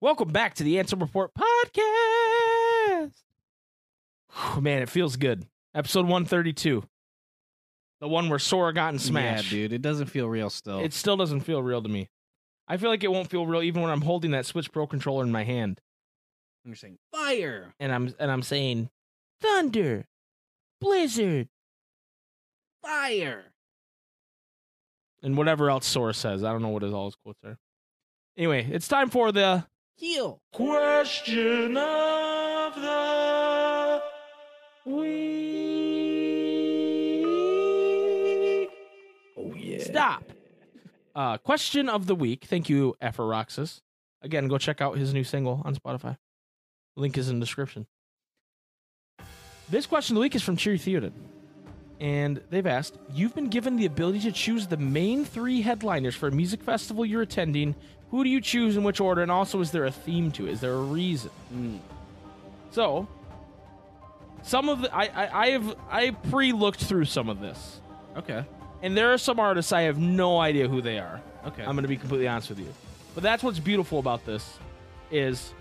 Welcome back to the Answer Report podcast. Whew, man, it feels good. Episode 132. The the one where Sora got in Smash. Yeah, dude, it doesn't feel real still. It still doesn't feel real to me. I feel like it won't feel real even when I'm holding that Switch Pro controller in my hand You're saying fire. and I'm and I'm saying thunder, blizzard, Fire. and whatever else Sora says. I don't know what his all his quotes are. Anyway, it's time for the Heal. question of the week. Oh yeah. Stop. Uh, question of the week. Thank you, Aphoroxis. Again, go check out his new single on Spotify. Link is in the description. This question of the week is from Cheery Theoden. And they've asked You've been given the ability to choose the main three headliners for a music festival you're attending. Who do you choose in which order? And also, is there a theme to it? Is there a reason? Mm. So, some of the. I, I, I have. I pre looked through some of this. Okay. And there are some artists I have no idea who they are. Okay. I'm going to be completely honest with you. But that's what's beautiful about this is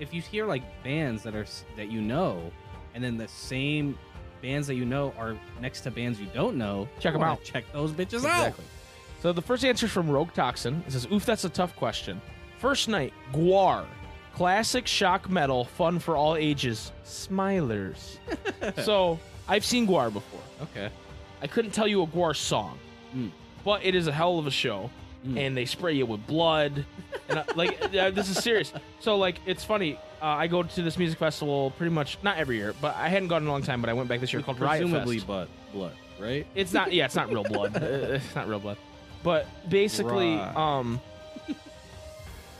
if you hear like bands that are s- that you know, and then the same bands that you know are next to bands you don't know, Check you 'em wanna out. Check those bitches Exactly. So the first answer is from Rogue Toxin. It says, "Oof, that's a tough question." First night, Guar, classic shock metal, fun for all ages. Smilers. so I've seen Guar before. out. Okay. I couldn't tell you a Guar song, Mm. but it is a hell of a show, Mm. and they spray you with blood. and I, like uh, this is serious. So like it's funny. Uh, I go to this music festival pretty much not every year, but I hadn't gone in a long time. But I went back this year called Riot Fest. Presumably, but blood, right? It's not. Yeah, it's not real blood. Uh, it's not real blood. But basically, Right. um,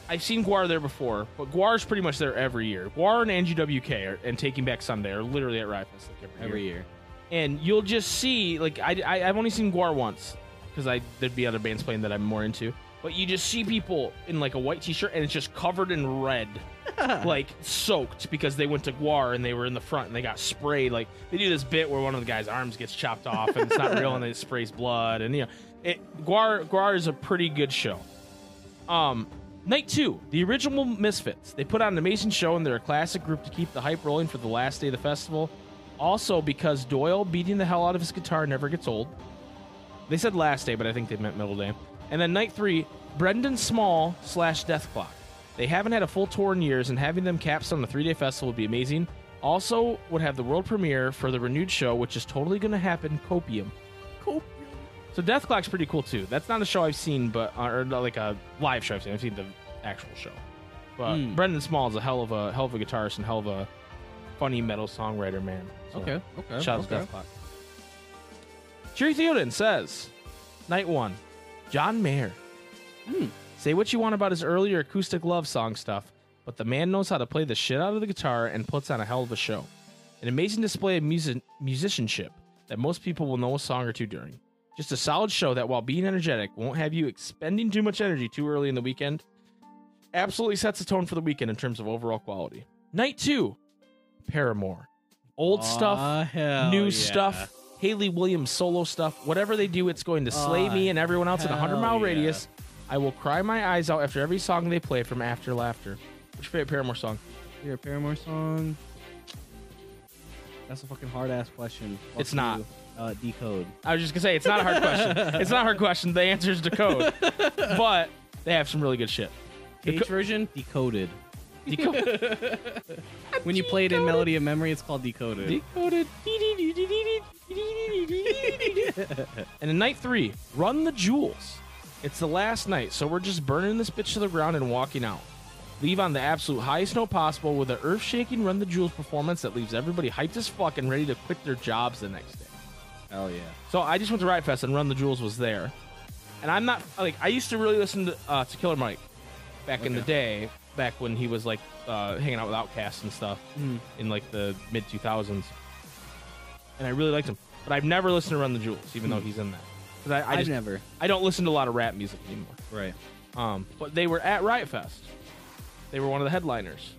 I've seen Guar there before, but Guar's pretty much there every year. Guar and Angie WK are, and Taking Back Sunday are literally at Riot Fest like, every, Every year. year. And you'll just see, like, I, I have only seen Guar once because I there'd be other bands playing that I'm more into. But you just see people in like a white T-shirt and it's just covered in red, like soaked because they went to Guar and they were in the front and they got sprayed. Like they do this bit where one of the guy's arms gets chopped off and it's not real and they sprays blood and you know, it, Guar Guar is a pretty good show. Um, night two, the original Misfits. They put on an amazing show, and they're a classic group to keep the hype rolling for the last day of the festival. Also, because Doyle beating the hell out of his guitar never gets old. They said last day, but I think they meant middle day. And then night three, Brendan Small slash Death Clock. They haven't had a full tour in years, and having them caps on a three day festival would be amazing. Also, would have the world premiere for the renewed show, which is totally going to happen. Copium. So Death Clock's pretty cool too. That's not a show I've seen, but uh, or not like a live show I've seen. I've seen the actual show. But Hmm. Brendan Small is a hell of a hell of a guitarist and hell of a funny metal songwriter, man. So, Okay. Okay. Shout out to okay. Death Clock. Jerry Theoden says, Night one, John Mayer. Hmm. Say what you want about his earlier acoustic love song stuff, but the man knows how to play the shit out of the guitar and puts on a hell of a show. An amazing display of music- musicianship that most people will know a song or two during. Just a solid show that, while being energetic, won't have you expending too much energy too early in the weekend. Absolutely sets the tone for the weekend in terms of overall quality. Night two, Paramore. Old stuff, Aw, hell new Oh, yeah. stuff, Haley Williams solo stuff, whatever they do, it's going to slay Oh, me and everyone else in a 100 mile hell yeah. radius. I will cry my eyes out after every song they play from After Laughter. What's your favorite Paramore song? Your Paramore song. That's a fucking hard ass question. Fuck It's not. you. Uh, decode. I was just going to say, it's not a hard question. It's not a hard question. The answer is Decode. but they have some really good shit. Cage Deco- version decoded. Decode. When you play it in Melody of Memory, it's called decoded. Decoded. And in night three, run the jewels. It's the last night, so we're just burning this bitch to the ground and walking out. Leave on the absolute highest note possible with an earth shaking Run the Jewels performance that leaves everybody hyped as fuck and ready to quit their jobs the next day. Hell yeah. So I just went to Riot Fest and Run the Jewels was there. And I'm not like I used to really listen to uh, to Killer Mike back in the day, back when he was like uh, hanging out with Outkast and stuff Hmm. in like the mid 2000s. And I really liked him, but I've never listened to Run the Jewels, even though he's in that. 'Cause I, I Hmm. I've just- never. I don't listen to a lot of rap music anymore. Right. Um, but they were at Riot Fest. They were one of the headliners.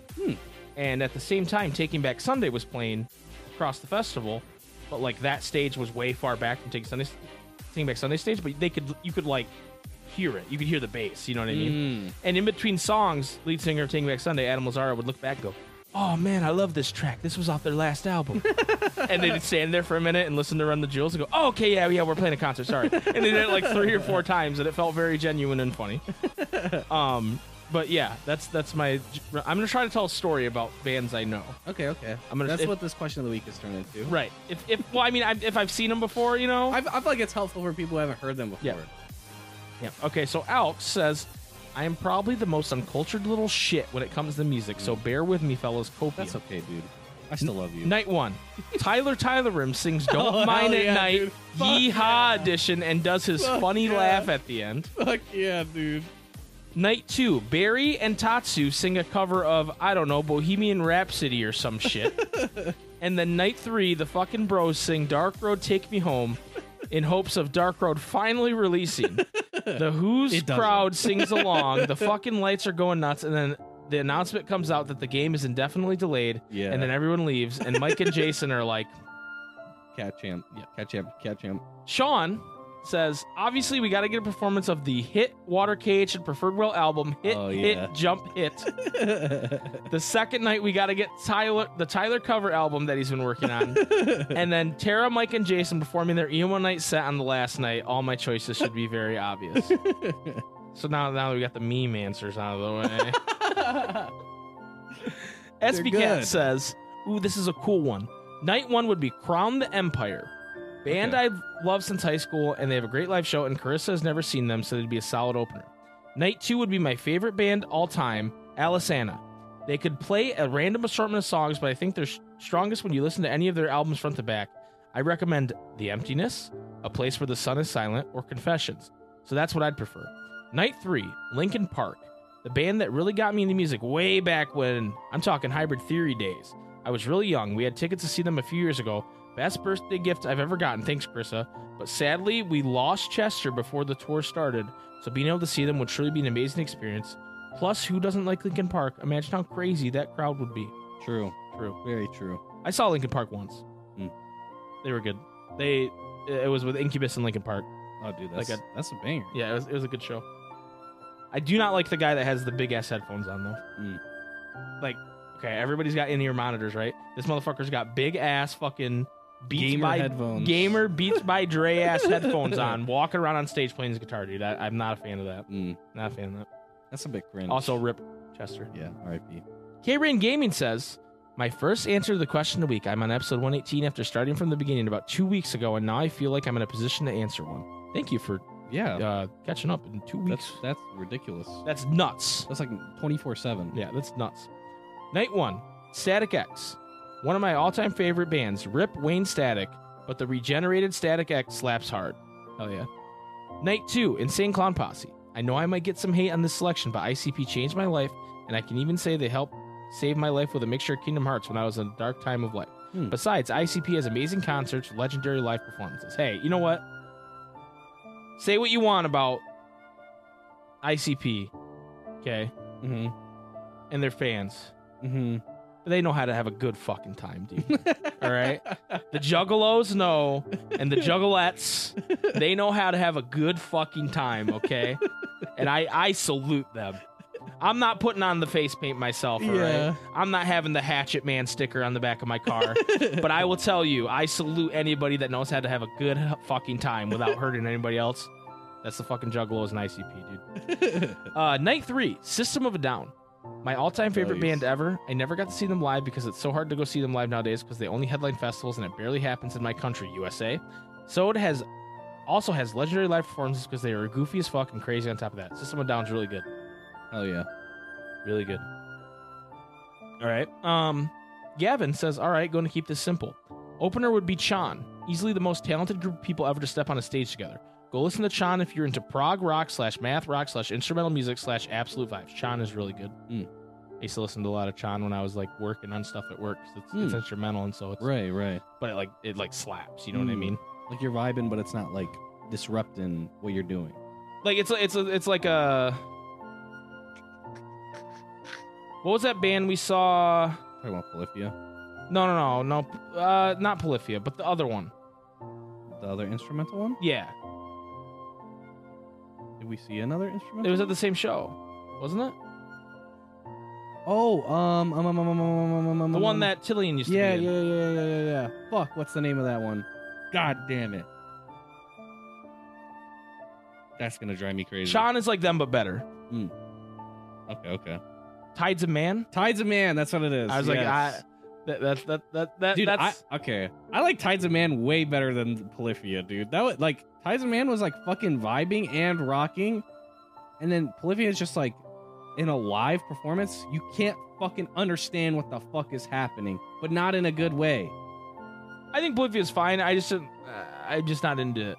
And at the same time, Taking Back Sunday was playing across the festival, but like that stage was way far back from Taking Sunday, Taking Back Sunday stage. But they could, you could like hear it. You could hear the bass. You know what I mean? And in between songs, lead singer of Taking Back Sunday, Adam Lazara would look back and go, oh man, I love this track. This was off their last album. and they'd stand there for a minute and listen to Run the Jewels and go, oh, okay, yeah, yeah, we're playing a concert. Sorry. And they did it like three or four times, and it felt very genuine and funny. Um, but yeah, that's that's my. I'm gonna try to tell a story about bands I know. Okay, okay. I'm gonna- That's if- what this question of the week has turned into. Right. If if well, I mean, I, if I've seen them before, you know. I, I feel like it's helpful for people who haven't heard them before. Yeah. Yeah. Okay, so Alex says, I am probably the most uncultured little shit when it comes to music, so bear with me, fellas. Copium. Mm. That's okay, dude. I still love you. Night one. Tyler Tylerim sings Don't Oh, Mind hell at yeah, Night, dude. Fuck Yeehaw yeah. edition, and does his Fuck funny yeah. laugh at the end. Fuck yeah, dude. Night two. Barry and Tatsu sing a cover of, I don't know, Bohemian Rhapsody or some shit. and then night three, the fucking bros sing Dark Road Take Me Home in hopes of Dark Road finally releasing. The Who's It doesn't. crowd sings along, the fucking lights are going nuts, and then the announcement comes out that the game is indefinitely delayed, Yeah. and then everyone leaves, and Mike and Jason are like, Cat champ. Yeah. Cat champ. Cat champ. Sean says, obviously, we got to get a performance of the hit Water Cage and Preferred Will album, hit, Oh, yeah. hit, jump, hit. the second night, we got to get Tyler, the Tyler cover album that he's been working on. and then Tara, Mike, and Jason performing their emo night set on the last night. All my choices should be very obvious. so now, now that we got the meme answers out of the way. SB Cat good. says, Ooh, this is a cool one. Night one would be Crown the Empire. Band Okay. I've loved since high school, and they have a great live show, and Carissa has never seen them, so they'd be a solid opener. Night two would be my favorite band all time, Alice Anna. They could play a random assortment of songs, but I think they're s- strongest when you listen to any of their albums front to back. I recommend The Emptiness, A Place Where the Sun Is Silent, or Confessions. So that's what I'd prefer. Night three, Linkin Park, the band that really got me into music way back when I'm talking hybrid theory days. I was really young. We had tickets to see them a few years ago. Best birthday gift I've ever gotten. Thanks, Krissa. But sadly, we lost Chester before the tour started, so being able to see them would truly be an amazing experience. Plus, who doesn't like Linkin Park? Imagine how crazy that crowd would be. True. True. Very true. I saw Linkin Park once. Hmm. They were good. They it was with Incubus and Linkin Park. Oh, dude, that's Like that's a banger. Yeah, it was, it was a good show. I do not like the guy that has the big ass headphones on though. Mm. Like, okay, everybody's got in ear monitors, right? This motherfucker's got big ass fucking Beats Gamer by headphones. Gamer Beats by Dre ass headphones on, walking around on stage playing his guitar, dude. I, I'm not a fan of that. Mm, Not a fan of that. that's a bit cringe. Also, rip Chester. yeah. R.I.P. K Rain Gaming says, My first answer to the question of the week. I'm on episode 118 after starting from the beginning about two weeks ago, and now I feel like I'm in a position to answer one. Thank you for Yeah. uh, catching up in two weeks. that's that's ridiculous. That's nuts. That's like twenty four seven. Yeah, that's nuts. Night one, Static X. One of my all time favorite bands, Rip Wayne Static, but the regenerated Static X slaps hard. Hell yeah. Night two, Insane Clown Posse. I know I might get some hate on this selection, but ICP changed my life, and I can even say they helped save my life with a mixture of Kingdom Hearts when I was in a dark time of life. Hmm. Besides, ICP has amazing concerts, legendary live performances. Hey, you know what? Say what you want about ICP, okay, hmm and their fans, Mm-hmm, hmm but they know how to have a good fucking time, dude. All right? The Juggalos know, and the Juggalettes, they know how to have a good fucking time, okay? And I, I salute them. I'm not putting on the face paint myself, all right? Yeah. I'm not having the Hatchet Man sticker on the back of my car. but I will tell you, I salute anybody that knows how to have a good fucking time without hurting anybody else. That's the fucking Juggalos and ICP, dude. Uh, night three, System of a Down. My all time favorite Nice. band ever. I never got to see them live because it's so hard to go see them live nowadays because they only headline festivals and it barely happens in my country, USA. So it has also has legendary live performances because they are goofy as fuck and crazy on top of that. System of a Down's really good. Hell yeah. Really good. All right. Um, Gavin says, "All right, going to keep this simple. Opener would be Chan, easily the most talented group of people ever to step on a stage together. Go listen to Chan if you're into prog rock slash math rock slash instrumental music slash absolute vibes. Chan is really good. Mm. I used to listen to a lot of Chan when I was like working on stuff at work. 'cause It's, Mm. it's instrumental and so it's Right. Right. but it, like it like slaps. You know what I Mm. mean? Like you're vibing, but it's not like disrupting what you're doing. Like it's it's it's like uh, a what was that band we saw? Talking about Polyphia, No, no, no, no. Uh, not Polyphia, but the other one. the other instrumental one. Yeah, Did we see another it instrumental? was at the same show, wasn't it? Oh, um, um, um, um, um, um, um, um, um, The one um, that Tillian used Yeah, to be. yeah, in. yeah, yeah, yeah, yeah, yeah. Fuck, what's the name of that one? God damn it. That's gonna drive me crazy. Sean is like them but better. Okay, okay. Tides of Man. Tides of Man, that's what it is. I was like, I, yes. that, that, that, that, that dude, that's I, okay. I like Tides of Man way better than Polyphia, dude. That was like Tides of Man was like fucking vibing and rocking, and then Polyphia is just like in a live performance. You can't fucking understand what the fuck is happening, but not in a good way. I, think Bolivia is fine. I just, didn't- uh, I'm just not into it.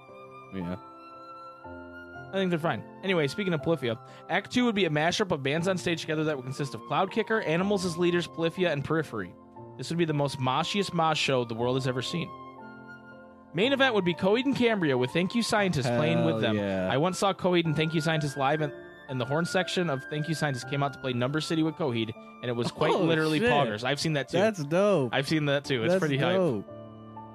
Yeah. I think they're fine. Anyway, speaking of Polyphia, Act 2 would be a mashup of bands on stage together that would consist of Cloud Kicker, Animals as leaders, Polyphia, and Periphery. This would be the most moshiest mosh show the world has ever seen. Main event would be Coed and Cambria with Thank You Scientist playing Hell with them. yeah. I once saw Coheed and Thank You Scientist live, and, and the horn section of Thank You Scientist came out to play Number City with Coheed, and it was quite Oh, literally shit. poggers. I've seen that too. That's dope. I've seen that too. It's That's pretty hype. dope.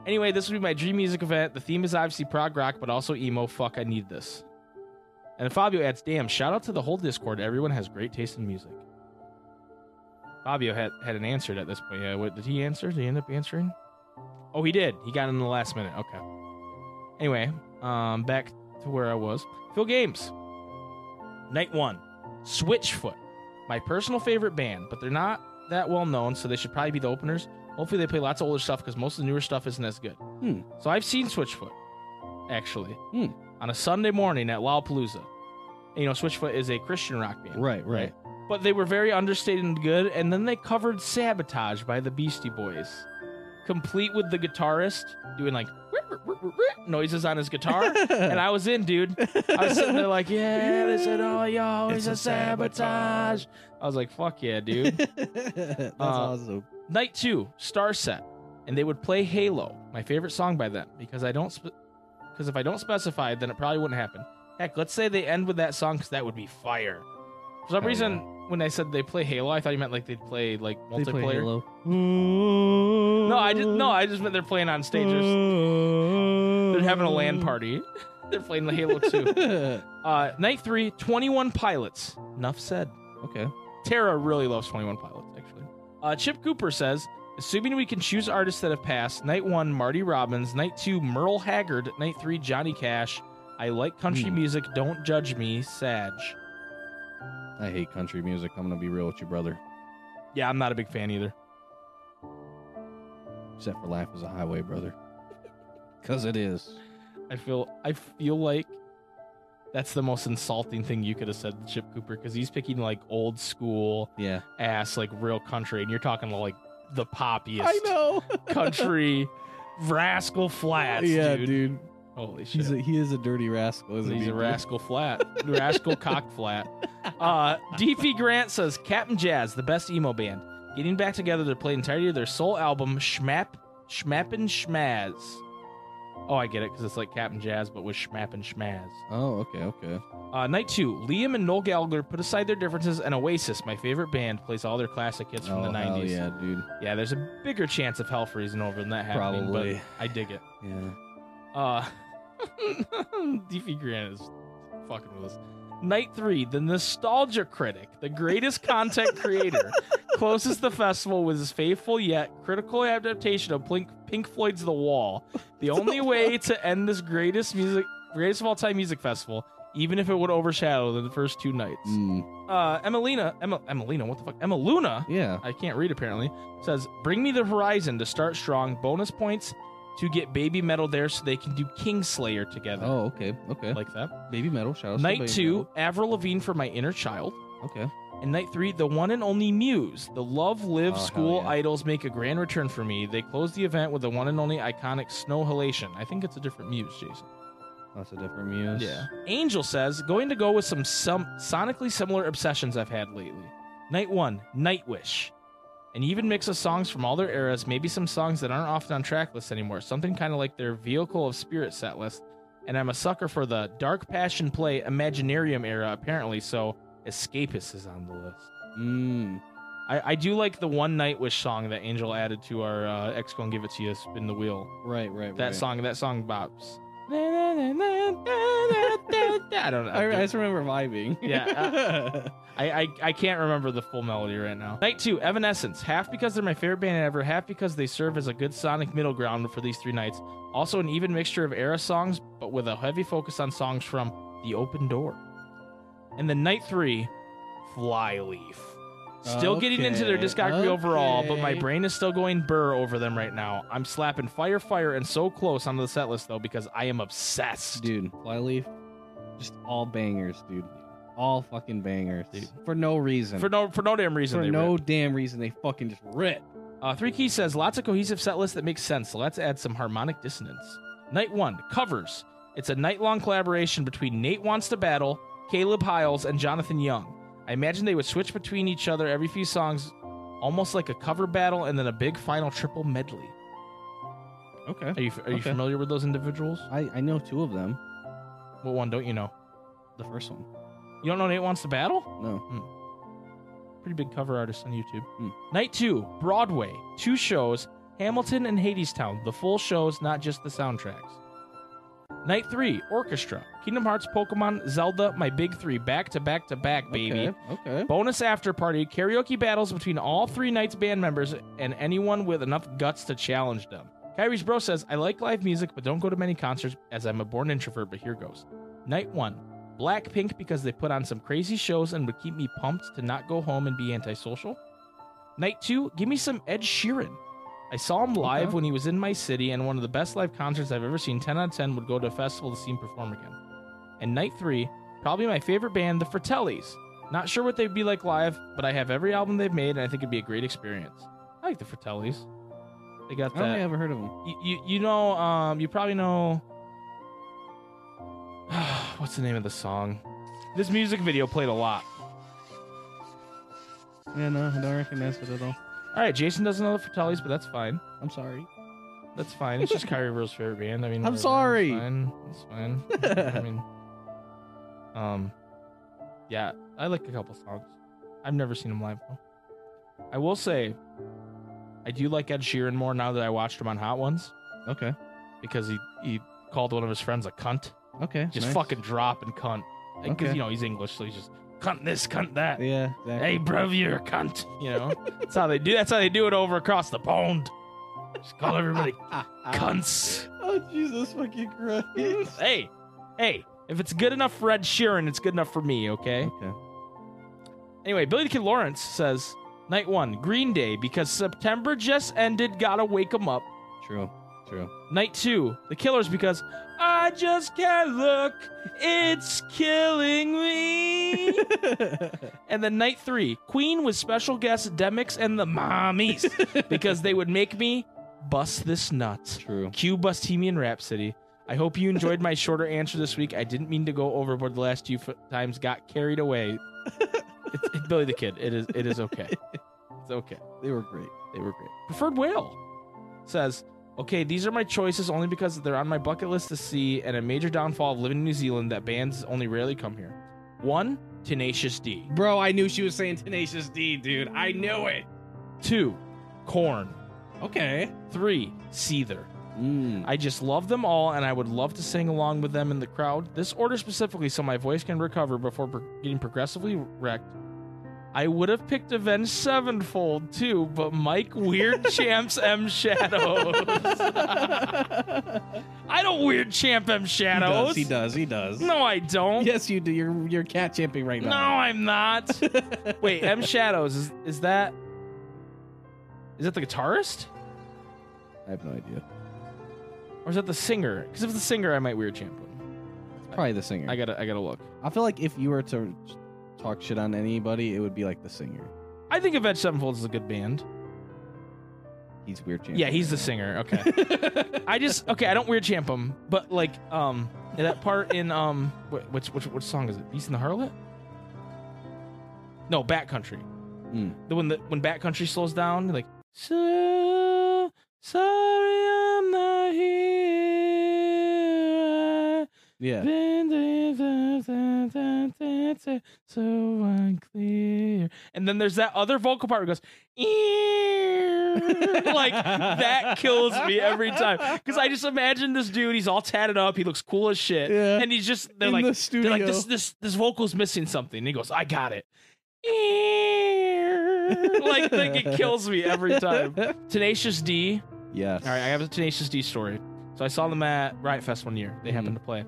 Anyway, this would be my dream music event. The theme is obviously prog rock, but also emo. Fuck, I need this. And Fabio adds, "Damn! Shout out to the whole Discord. Everyone has great taste in music." Fabio had hadn't answered at this point. Yeah, what, did he answer? Did he end up answering? Oh, he did. He got in the last minute. Okay. Anyway, um, back to where I was. Phil Games. Night one, Switchfoot, my personal favorite band, but they're not that well known, so they should probably be the openers. Hopefully, they play lots of older stuff because most of the newer stuff isn't as good. Hmm. So I've seen Switchfoot, actually, Hmm. on a Sunday morning at Lollapalooza. And, you know, Switchfoot is a Christian rock band, Right, right. but they were very understated and good. And then they covered "Sabotage" by the Beastie Boys, complete with the guitarist doing like noises on his guitar. and I was in, dude. I was sitting there like, yeah, they said, oh, you always a It's a sabotage. I was like, fuck yeah, dude. Uh, That's awesome. Night two, Star Set, and they would play Halo, my favorite song by them, because I don't, because if I don't specify, then it probably wouldn't happen. Heck, let's say they end with that song, because that would be fire. For some Hell reason, when I said they play Halo, I thought you meant like they'd play like multiplayer. No, No, I just no, I just meant they're playing on stage. They're, they're having a LAN party. they're playing the Halo Two. Uh, night three, 21 pilots. Enough said. okay. Tara really loves 21 pilots, actually. Uh, Chip Cooper says, assuming we can choose artists that have passed, night one, Marty Robbins, night two, Merle Haggard, night three, Johnny Cash. I like country Hmm. music. Don't judge me, Sag. I hate country music. I'm gonna be real with you, brother. Yeah, I'm not a big fan either. Except for life is a highway, brother. Cause it is. I feel I feel like that's the most insulting thing you could have said to Chip Cooper because he's picking like old school Yeah. ass, like real country, and you're talking like the poppiest. I know. country rascal flats. yeah, dude. dude. Holy shit. He's a, he is a dirty rascal, isn't He's he? a rascal flat. rascal cock flat. Uh, DP Grant says Captain Jazz, the best emo band. Getting back together to play entirety of their soul album, Schmap, Schmap and Schmaz. Oh, I get it, because it's like Captain Jazz, but with Schmap and Schmaz. Oh, okay, okay. Uh, night two, Liam and Noel Gallagher put aside their differences, and Oasis, my favorite band, plays all their classic hits from oh, the 90s. hell yeah, dude. Yeah, there's a bigger chance of hell freezing over than that happening, Probably. but I dig it. Yeah. Uh, DP Grant is fucking with us. Night three, the nostalgia critic, the greatest content creator, closes the festival with his faithful yet critical adaptation of Pink, Pink Floyd's The Wall. The only way to end this greatest music, greatest of all time music festival, even if it would overshadow the first two nights. Mm, Uh, Emelina, Emma, Emelina, what the fuck? Emma Luna yeah. I can't read apparently, says, Bring me the horizon to start strong. Bonus points to get baby metal there so they can do Kingslayer together. Oh, okay, okay. Like that. baby metal. Shout out to Night Baby two, Avril Lavigne for my inner child. Metal. Okay. And night three, the one and only Muse. The Love, Live, Oh, hell School yeah. idols make a grand return for me. They close the event with the one and only iconic Snow Halation. I think it's a different Muse, Jason. That's a different muse. Angel says, going to go with some, some sonically similar obsessions I've had lately. Night one, Nightwish. An even mix of songs from all their eras, maybe some songs that aren't often on track lists anymore. Something kind of like their Vehicle of Spirit set list. And I'm a sucker for the Dark Passion Play Imaginarium era, apparently, so Escapist is on the list. Mm. I, I do like the one Nightwish song that Angel added to our uh, X Go and Give It To You Spin the Wheel. Right, right, That right. song, that song bops. I don't know. I, I just remember vibing. Yeah, uh, I, I I can't remember the full melody right now. Night two, Evanescence. Half because they're my favorite band ever, half because they serve as a good sonic middle ground for these three nights. Also, an even mixture of era songs, but with a heavy focus on songs from The Open Door. And then night three, Flyleaf. Still getting into their Okay, discography overall, but my okay. brain is still going burr over them right now. I'm slapping Fire Fire and So Close onto the set list though because I am obsessed. dude, Flyleaf, just all bangers, dude. All fucking bangers, Dude. For no reason. For no for no damn reason. For they no ripped. damn reason, they fucking just rip. Uh, Three Keys says lots of cohesive set lists that make sense. Let's add some harmonic dissonance. Night one covers. It's a night long collaboration between Nate Wants to Battle, Caleb Hiles, and Jonathan Young. I imagine they would switch between each other every few songs, almost like a cover battle and then a big final triple medley. Okay. Are you are you Okay. familiar with those individuals? I, I know two of them. What one don't you know? The first one. You don't know Nate Wants to Battle? No. pretty big cover artist on YouTube. Hmm. Night two, Broadway, two shows, Hamilton and Hadestown, the full shows, not just the soundtracks. Night three, orchestra, Kingdom Hearts, Pokemon, Zelda, my big three, back to back to back, baby. Okay. okay. Bonus after party, karaoke battles between all three nights' band members and anyone with enough guts to challenge them. Kyrie's bro says, I like live music, but don't go to many concerts as I'm a born introvert, but here goes. Night one, Blackpink because they put on some crazy shows and would keep me pumped to not go home and be antisocial. Night two, give me some Ed Sheeran. I saw him live Okay. when he was in my city, and one of the best live concerts I've ever seen. 10 out of 10 would go to a festival to see him perform again. And night three, probably my favorite band, the Fratellis. Not sure what they'd be like live, but I have every album they've made, and I think it'd be a great experience. I like the Fratellis. They got I don't think I that. ever heard of them. You, you, you know, um, you probably know. What's the name of the song? This music video played a lot. Yeah, no, I don't recognize it at all. All right, Jason doesn't know the Fratellis, but that's fine. I'm sorry. That's fine. It's just Kyrie Rose favorite band. I mean, I'm whatever. It's sorry. fine. It's fine. I mean, um, yeah, I like a couple songs. I've never seen him live though. I will say, I do like Ed Sheeran more now that I watched him on Hot Ones Okay. because he he called one of his friends a cunt, Okay. just nice. fucking drop and cunt, because Okay. you know he's English, so he's just cunt this, cunt that. Yeah. Exactly. Hey, bro, you're a cunt. You know, that's how they do. That's how they do it over across the pond. Just call Ah, everybody cunts. Oh Jesus fucking Christ. hey, hey, if it's good enough for Ed Sheeran, it's good enough for me, okay? Okay. Anyway, Billy the Kid Lawrence says, Night one, Green Day, because September just ended, gotta wake 'em up. True. True. Night two, The Killers, because I just can't look, it's killing me. and then night three, Queen with special guest Demix and the Mommies, because they would make me bust this nut. True. Q Bustemian Rhapsody. I hope you enjoyed my shorter answer this week. I didn't mean to go overboard the last few f- times. Got carried away. It's, it's Billy the Kid. It is. It is okay. It's okay. They were great. They were great. Preferred Whale says, "Okay, these are my choices only because they're on my bucket list to see, and a major downfall of living in New Zealand that bands only rarely come here. One, Tenacious D. Bro, I knew she was saying Tenacious D, dude. I knew it. Two, Corn. Okay. Three, Seether. Mm. I just love them all, and I would love to sing along with them in the crowd. This order specifically, so my voice can recover before pro- getting progressively wrecked. I would have picked Avenged Sevenfold too, but Mike Weird Champs M Shadows. I don't Weird Champ M He Shadows. does. He does. He does. No, I don't. Yes, you do. You're you're cat champing right no, now. I'm not. Wait, M Shadows is is that? Is that the guitarist I have no idea. or is that the singer? Because if it's the singer, I might Weird Champ him. It's probably the singer. I gotta I gotta look. I feel like if you were to talk shit on anybody, it would be like the singer. I think Avenged Sevenfold is a good band. He's weird. Champ. Yeah, he's the singer. Okay. I just okay. I don't weird champ him, but like um that part in um wh- which which which song is it? Beast in the Harlot? No, Backcountry. Mm. The when the when Backcountry slows down, like so sorry I'm not here. yeah. Been there, so unclear. And then there's that other vocal part where it goes. "Ear." like that kills me every time because I just imagine this dude. He's all tatted up. He looks cool as shit, Yeah. and he's just they're In like the they're like studio. this this this vocal's missing something. And he goes, I got it. like like it kills me every time. Tenacious D. Yes. All right, I have a Tenacious D story. So I saw them at Riot Fest one year. They Mhm. happened to play,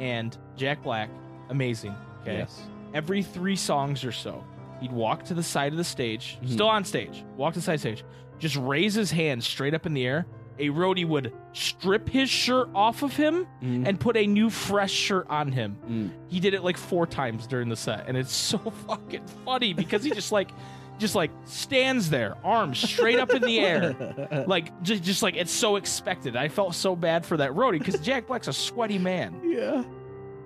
and Jack Black, amazing. Okay Yes. every three songs or so, he'd walk to the side of the stage, Mhm. still on stage, walk to the side stage, just raise his hand straight up in the air. A roadie would strip his shirt off of him Mm. and put a new fresh shirt on him. Mm. He did it like four times during the set, and it's so fucking funny because he just like just like stands there, arms straight up in the air. Like just, just like it's so expected. I felt so bad for that roadie because Jack Black's a sweaty man. yeah.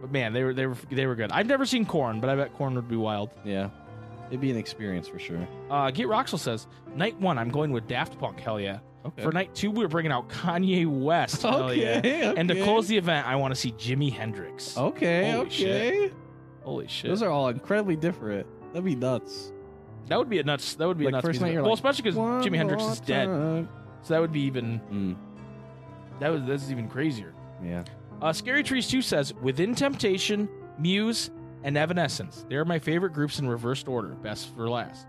But man, they were they were they were good. I've never seen Corn, but I bet Corn would be wild. Yeah. It'd be an experience for sure. Uh, Get Roxel says, night one, I'm going with Daft Punk. Hell yeah. Okay. For night two, we're bringing out Kanye West. okay. Hell yeah. okay. And to close the event, I want to see Jimi Hendrix. Okay. Holy okay. shit. Holy shit. Those are all incredibly different. That'd be nuts. that would be a nuts. That would be Like, a nuts. first music- night you're well, like, especially because One Jimi Hendrix more is dead. time. So that would be even, Mm. that was, that's even crazier. Yeah. Uh, Scary Trees 2 says, Within Temptation, Muse, and Evanescence. They're my favorite groups in reversed order, best for last.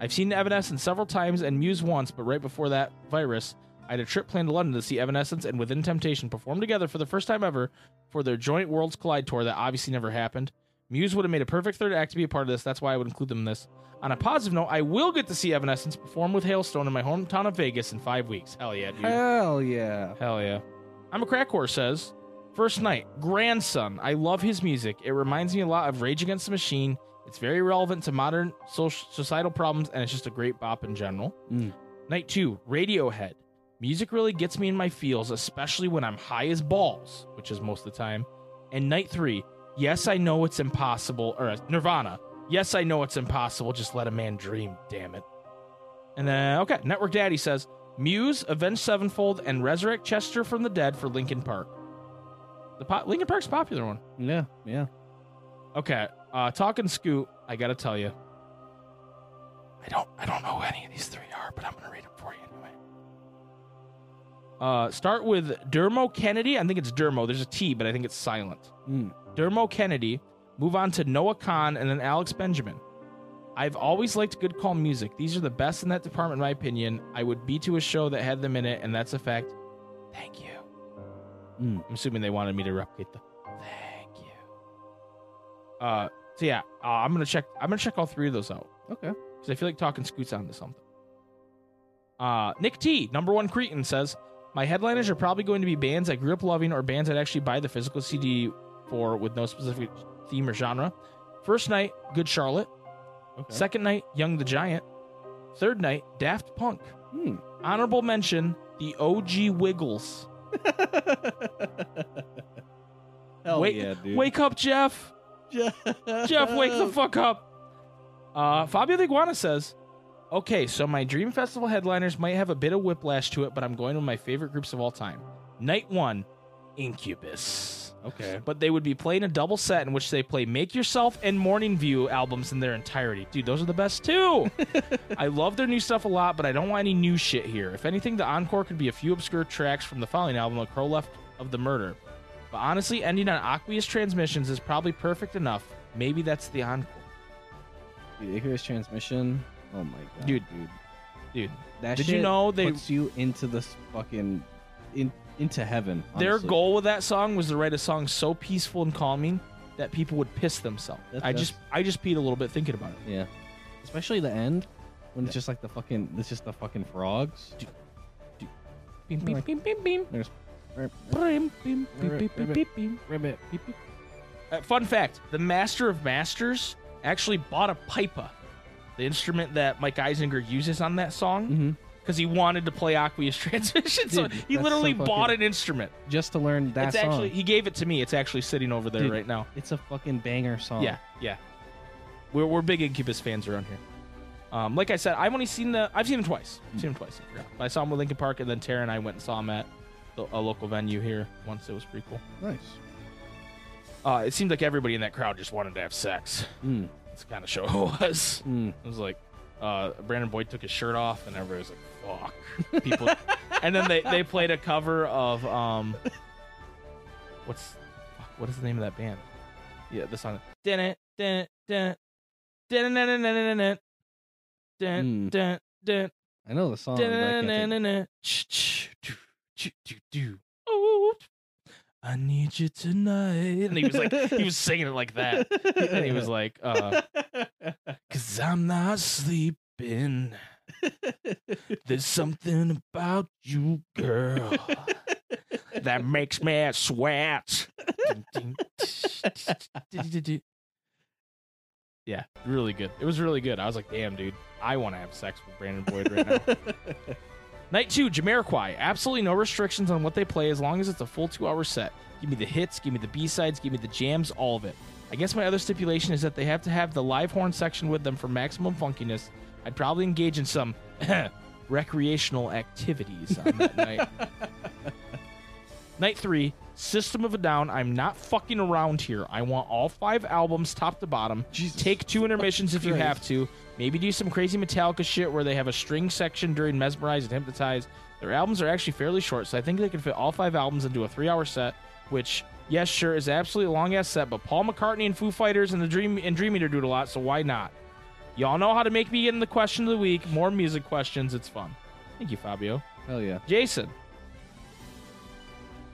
I've seen Evanescence several times and Muse once, but right before that virus, I had a trip planned to London to see Evanescence and Within Temptation perform together for the first time ever for their joint Worlds Collide tour that obviously never happened. Muse would have made a perfect third act to be a part of this. That's why I would include them in this. On a positive note, I will get to see Evanescence perform with Hailstone in my hometown of Vegas in five weeks. Hell yeah, dude. Hell yeah. Hell yeah. I'm a crack horse says, First night, grandson. I love his music. It reminds me a lot of Rage Against the Machine. It's very relevant to modern social, societal problems, and it's just a great bop in general. Mm. Night two, Radiohead. Music really gets me in my feels, especially when I'm high as balls, which is most of the time. And night three, yes, I know it's impossible, or uh, Nirvana. Yes, I know it's impossible. Just let a man dream, damn it. And then, okay, Network Daddy says Muse, Avenged Sevenfold, and Resurrect Chester from the Dead for Linkin Park. The po- Linkin Park's a popular one. Yeah. Yeah. Okay, uh, talking Scoot, I gotta tell you, I don't, I don't know who any of these three are, but I'm gonna read them for you anyway. Uh, start with Dermo Kennedy. I think it's Dermo. There's a T, but I think it's silent. Mm. Dermo Kennedy, move on to Noah Kahn, and then Alex Benjamin. I've always liked Good Call music. These are the best in that department, in my opinion. I would be to a show that had them in it, and that's a fact. Thank you. Mm. I'm assuming they wanted me to replicate the thank you. Uh, so yeah, uh, I'm gonna check. I'm gonna check all three of those out Okay. because I feel like talking scoots onto something. Uh, Nick T, number one Cretan, says my headliners are probably going to be bands I grew up loving or bands I'd actually buy the physical CD for with no specific theme or genre. First night, Good Charlotte. Okay. Second night, Young the Giant. Third night, Daft Punk. Hmm. Mm. Honorable mention, the OG Wiggles. Hell Wait- yeah, dude. Wake up, Jeff. Jeff. Jeff, wake the fuck up. Uh, Fabio the Iguana says, Okay, so my Dream Festival headliners might have a bit of whiplash to it, but I'm going with my favorite groups of all time. Night one, Incubus. Okay. But they would be playing a double set in which they play Make Yourself and Morning View albums in their entirety. Dude, those are the best too. I love their new stuff a lot, but I don't want any new shit here. If anything, the encore could be a few obscure tracks from the following album, A Crow Left of the Murder. But honestly, ending on Aqueous Transmissions is probably perfect enough. Maybe that's the encore. Dude, Icarus transmission. Oh my god, Dude. dude. Dude, That did shit you know they puts you into this fucking in into heaven. their honestly. goal with that song was to write a song so peaceful and calming that people would piss themselves. That's- I just I just peed a little bit thinking about it. Yeah. Especially the end when it's just like the fucking it's just the fucking frogs. Beep, beep, beep, beep, beep. There's Brim, bim, beep, beep, beep, beep, beep. ribbit. Beep, beep. Uh, fun fact the master of masters actually bought a pipa, the instrument that Mike Eisinger uses on that song, Mhm. because he wanted to play Aqueous Transmission. so Dude, he that's literally so fucking- bought an instrument. Just to learn that it's song. actually, he gave it to me. It's actually sitting over there Dude. Oh. right now. It's a fucking banger song. Yeah, yeah. We're, we're big Incubus fans around here. Um, like I said, I've only seen the. I've seen him twice. I've seen him twice. Mm. I, forgot. I saw him with Lincoln Park, and then Tara and I went and saw him at the, a local venue here once. It was pretty cool. Nice. Uh, it seemed like everybody in that crowd just wanted to have sex. Mm. That's the kind of show it was. Mm. I was like, uh, Brandon Boyd took his shirt off, and everybody was like, "Fuck!" People, and then they they played a cover of um, what's fuck, what is the name of that band? Yeah, the song. Dun it, dun dun dun dun dun dun dun dun Hmm. dun dun I know the song. but I can't think- Da-na-na-na-na. Ch-ch-do-do-do-do. Oh, I need you tonight. And he was like, he was singing it like that. And he was like, uh, cause I'm not sleeping. There's something about you, girl, that makes me sweat. yeah, really good. It was really good. I was like, damn, dude, I want to have sex with Brandon Boyd right now. Night two, Jamiroquai. Absolutely no restrictions on what they play as long as it's a full two hour set. Give me the hits, give me the B sides, give me the jams, all of it. I guess my other stipulation is that they have to have the live horn section with them for maximum funkiness. I'd probably engage in some recreational activities on that night. Night three, System of a Down. I'm not fucking around here. I want all five albums top to bottom. Jesus Take two intermissions if you Christ. have to. Maybe do some crazy Metallica shit where they have a string section during Mesmerize and Hypnotize. Their albums are actually fairly short, so I think they could fit all five albums into a three hour set, which, yes, sure, is absolutely a long ass set, but Paul McCartney and Foo Fighters and the Dream and Dream Eater do it a lot, so why not? Y'all know how to make me get in the question of the week. More music questions. It's fun. Thank you, Fabio. Hell yeah, Jason,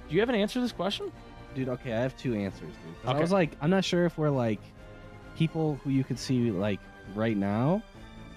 do you have an answer to this question? dude. Okay, I have two answers, dude. 'Cause Okay. I was like, I'm not sure if we're like people who you could see like right now,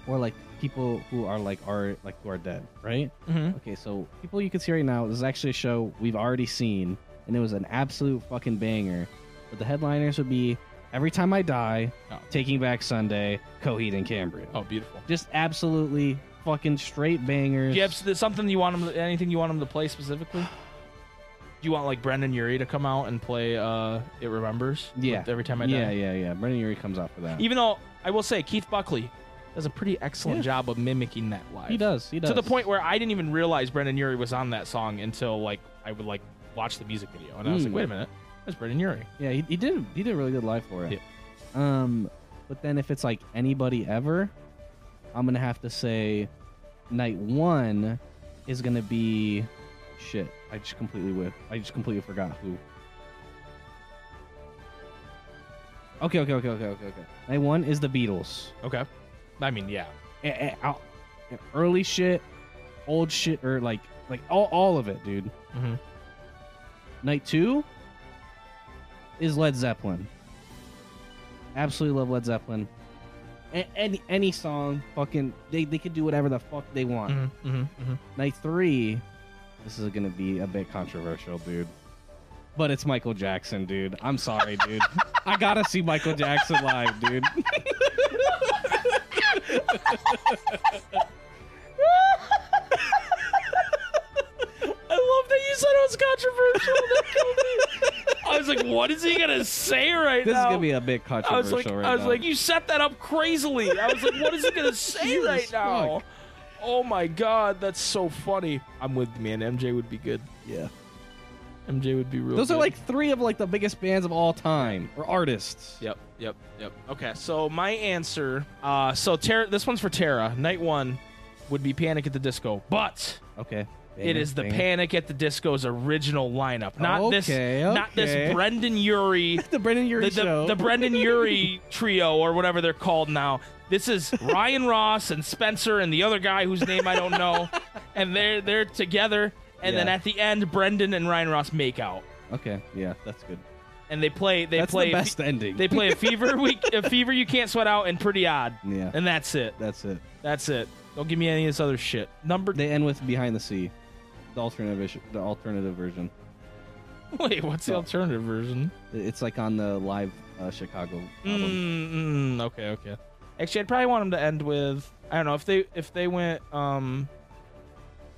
or like people who are like are like who are dead, right? Mm-hmm. Okay, so people you can see right now, this is actually a show we've already seen, and it was an absolute fucking banger. But the headliners would be Every Time I Die, Oh. Taking Back Sunday, Coheed and Cambria. Oh, beautiful. Just absolutely fucking straight bangers. Do you have s- something you want 'em to- anything you want them to play specifically? Do you want like Brendan Urie to come out and play uh It Remembers? with Yeah. Every time I yeah, die. yeah, yeah. Brendan Urie comes out for that. Even though I will say Keith Buckley does a pretty excellent Yeah. job of mimicking that live. He does. He does. To the point where I didn't even realize Brendan Urie was on that song until like I would like watch the music video and I was like, Mm. wait a minute, that's Brendan Urie. Yeah, he, he did. He did a really good live for it. Um, but then if it's like anybody ever, I'm gonna have to say, night one is gonna be shit. I just completely whiff. I just completely forgot who. Okay, okay, okay, okay, okay, okay. Night one is the Beatles. Okay. I mean, yeah. Eh, eh, out- eh, Early shit, old shit, or like like all all of it, dude. Mhm. Night two is Led Zeppelin. Absolutely love Led Zeppelin. A- any any song, fucking they they could do whatever the fuck they want. Mhm, mhm, mhm. Night three, this is gonna be a bit controversial, dude. But it's Michael Jackson, dude. I'm sorry, dude. I gotta see Michael Jackson live, dude. I love that you said it was controversial. That killed me. I was like, what is he gonna say right This is now? gonna be a bit I controversial was like, right I was now. like, you set that up crazily. I was like, what is he gonna say Jesus right now? Oh my god, that's so funny. I'm with you, man. MJ would be good. yeah. MJ would be real. Those good. are like three of like the biggest bands of all time or artists. Yep, yep, yep. Okay, so my answer. Uh, so Tara, this one's for Tara. Night one would be Panic at the Disco, but Okay. it is the Panic at the Disco's original lineup, not this, Okay, not this okay. Brendan Urie The Brendan Urie the, the, the Brendan Urie trio or whatever they're called now. This is Ryan Ross and Spencer and the other guy whose name I don't know, and they're they're together. And then Yeah. at the end, Brendan and Ryan Ross make out, okay. Yeah, that's good. and they play they that's play the best ending. they play a fever week a fever you can't sweat out and pretty odd, yeah. and that's it. That's it. That's it. Don't give me any of this other shit. Number They end with Behind the Sea, the alternative version- the alternative version. wait, what's Oh. the alternative version? It's like on the live uh, Chicago album. Mm, mm, okay, okay. Actually, I'd probably want them to end with I don't know if they if they went um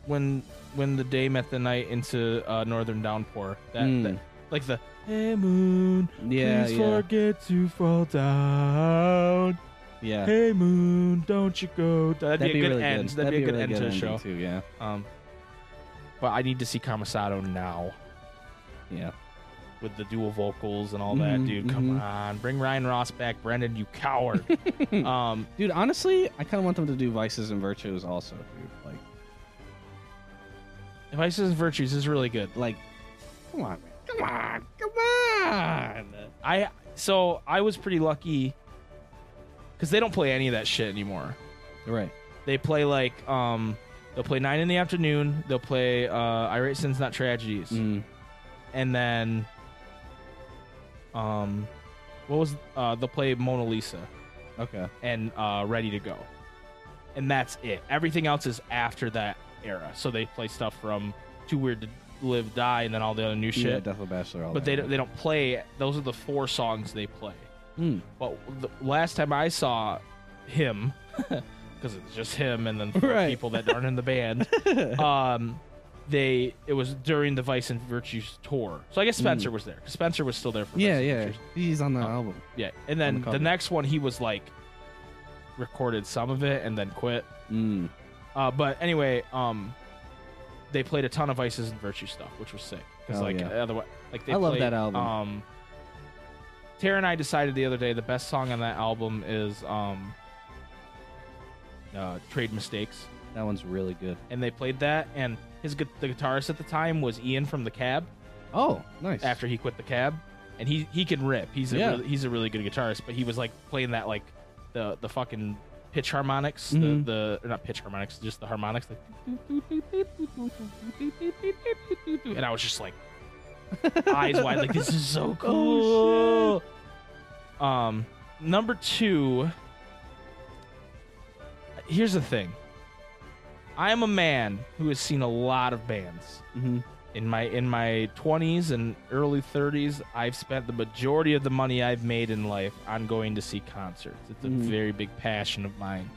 when when the day met the night into uh, northern downpour that, Mm. that- like the hey moon Yeah, please yeah, forget to fall down yeah. hey moon don't you go down. Hmm. that'd, be a good really end that'd, be a good really end to the show ending too, yeah, um but I need to see Kamasato now yeah. with the dual vocals and all Mhm, that, dude. Come mhm. on, bring Ryan Ross back, Brendan, you coward. um, Dude, honestly, I kind of want them to do vices and virtues also, dude. Like, Vices and Virtues is really good. like, come on, man. Come on, come on. I so I was pretty lucky because they don't play any of that shit anymore. Right. They play like um, they'll play nine in the afternoon. They'll play uh, irate sins not tragedies, Mm. and then um, what was uh, they'll play Mona Lisa Okay. and uh, ready to go, and that's it. Everything else is after that era. So they play stuff from Too Weird to Live, Die, and then all the other new Yeah, shit. Death of a Bachelor. All but they that. don't, they don't play. Those are the four songs they play. Mm. But the last time I saw him, because it's just him and then four Right. people that aren't in the band, um, they it was during the Vice and Virtues tour. So I guess Spencer was there. 'cause Spencer was still there for Hmm. Yeah, Vice and yeah. Virtues. He's on the Oh. album. yeah. And On the then the cover. next one, he was like recorded some of it and then quit. Mm. Uh, but anyway, um, they played a ton of Vices and Virtue stuff, which was sick. Because Oh, like yeah. otherwise, like they I love played, that album. Um, Tara and I decided the other day the best song on that album is um, uh, Trade Mistakes, That one's really good. and they played that. And his gu- the guitarist at the time was Ian from the Cab. Oh, nice. After he quit the Cab, and he he can rip. He's a Yeah. really, he's a really good guitarist, but he was like playing that like the the fucking pitch harmonics, Mhm. the the or not pitch harmonics, just the harmonics. Like, and I was just like eyes wide, like this is so Oh, cool. um, number two. Here's the thing. I am a man who has seen a lot of bands hmm in my in my 20s and early 30s i've spent the majority of the money i've made in life on going to see concerts it's a Mhm. very big passion of mine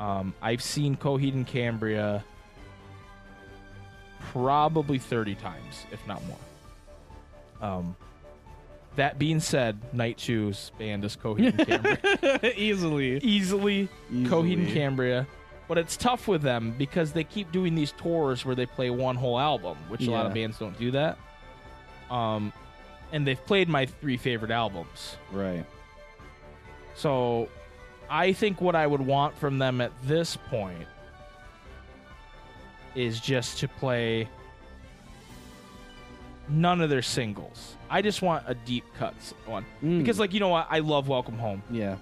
um, i've seen coheed and cambria probably 30 times if not more um, that being said night two's band is coheed and cambria Easily. easily Coheed and Easily. Cambria. But it's tough with them because they keep doing these tours where they play one whole album, which a lot of Yeah. bands don't do that. Um, and they've played my three favorite albums. Right. So I think what I would want from them at this point is just to play none of their singles. I just want a deep cuts one. Mm. Because, like, you know what? I love Welcome Home. Yeah.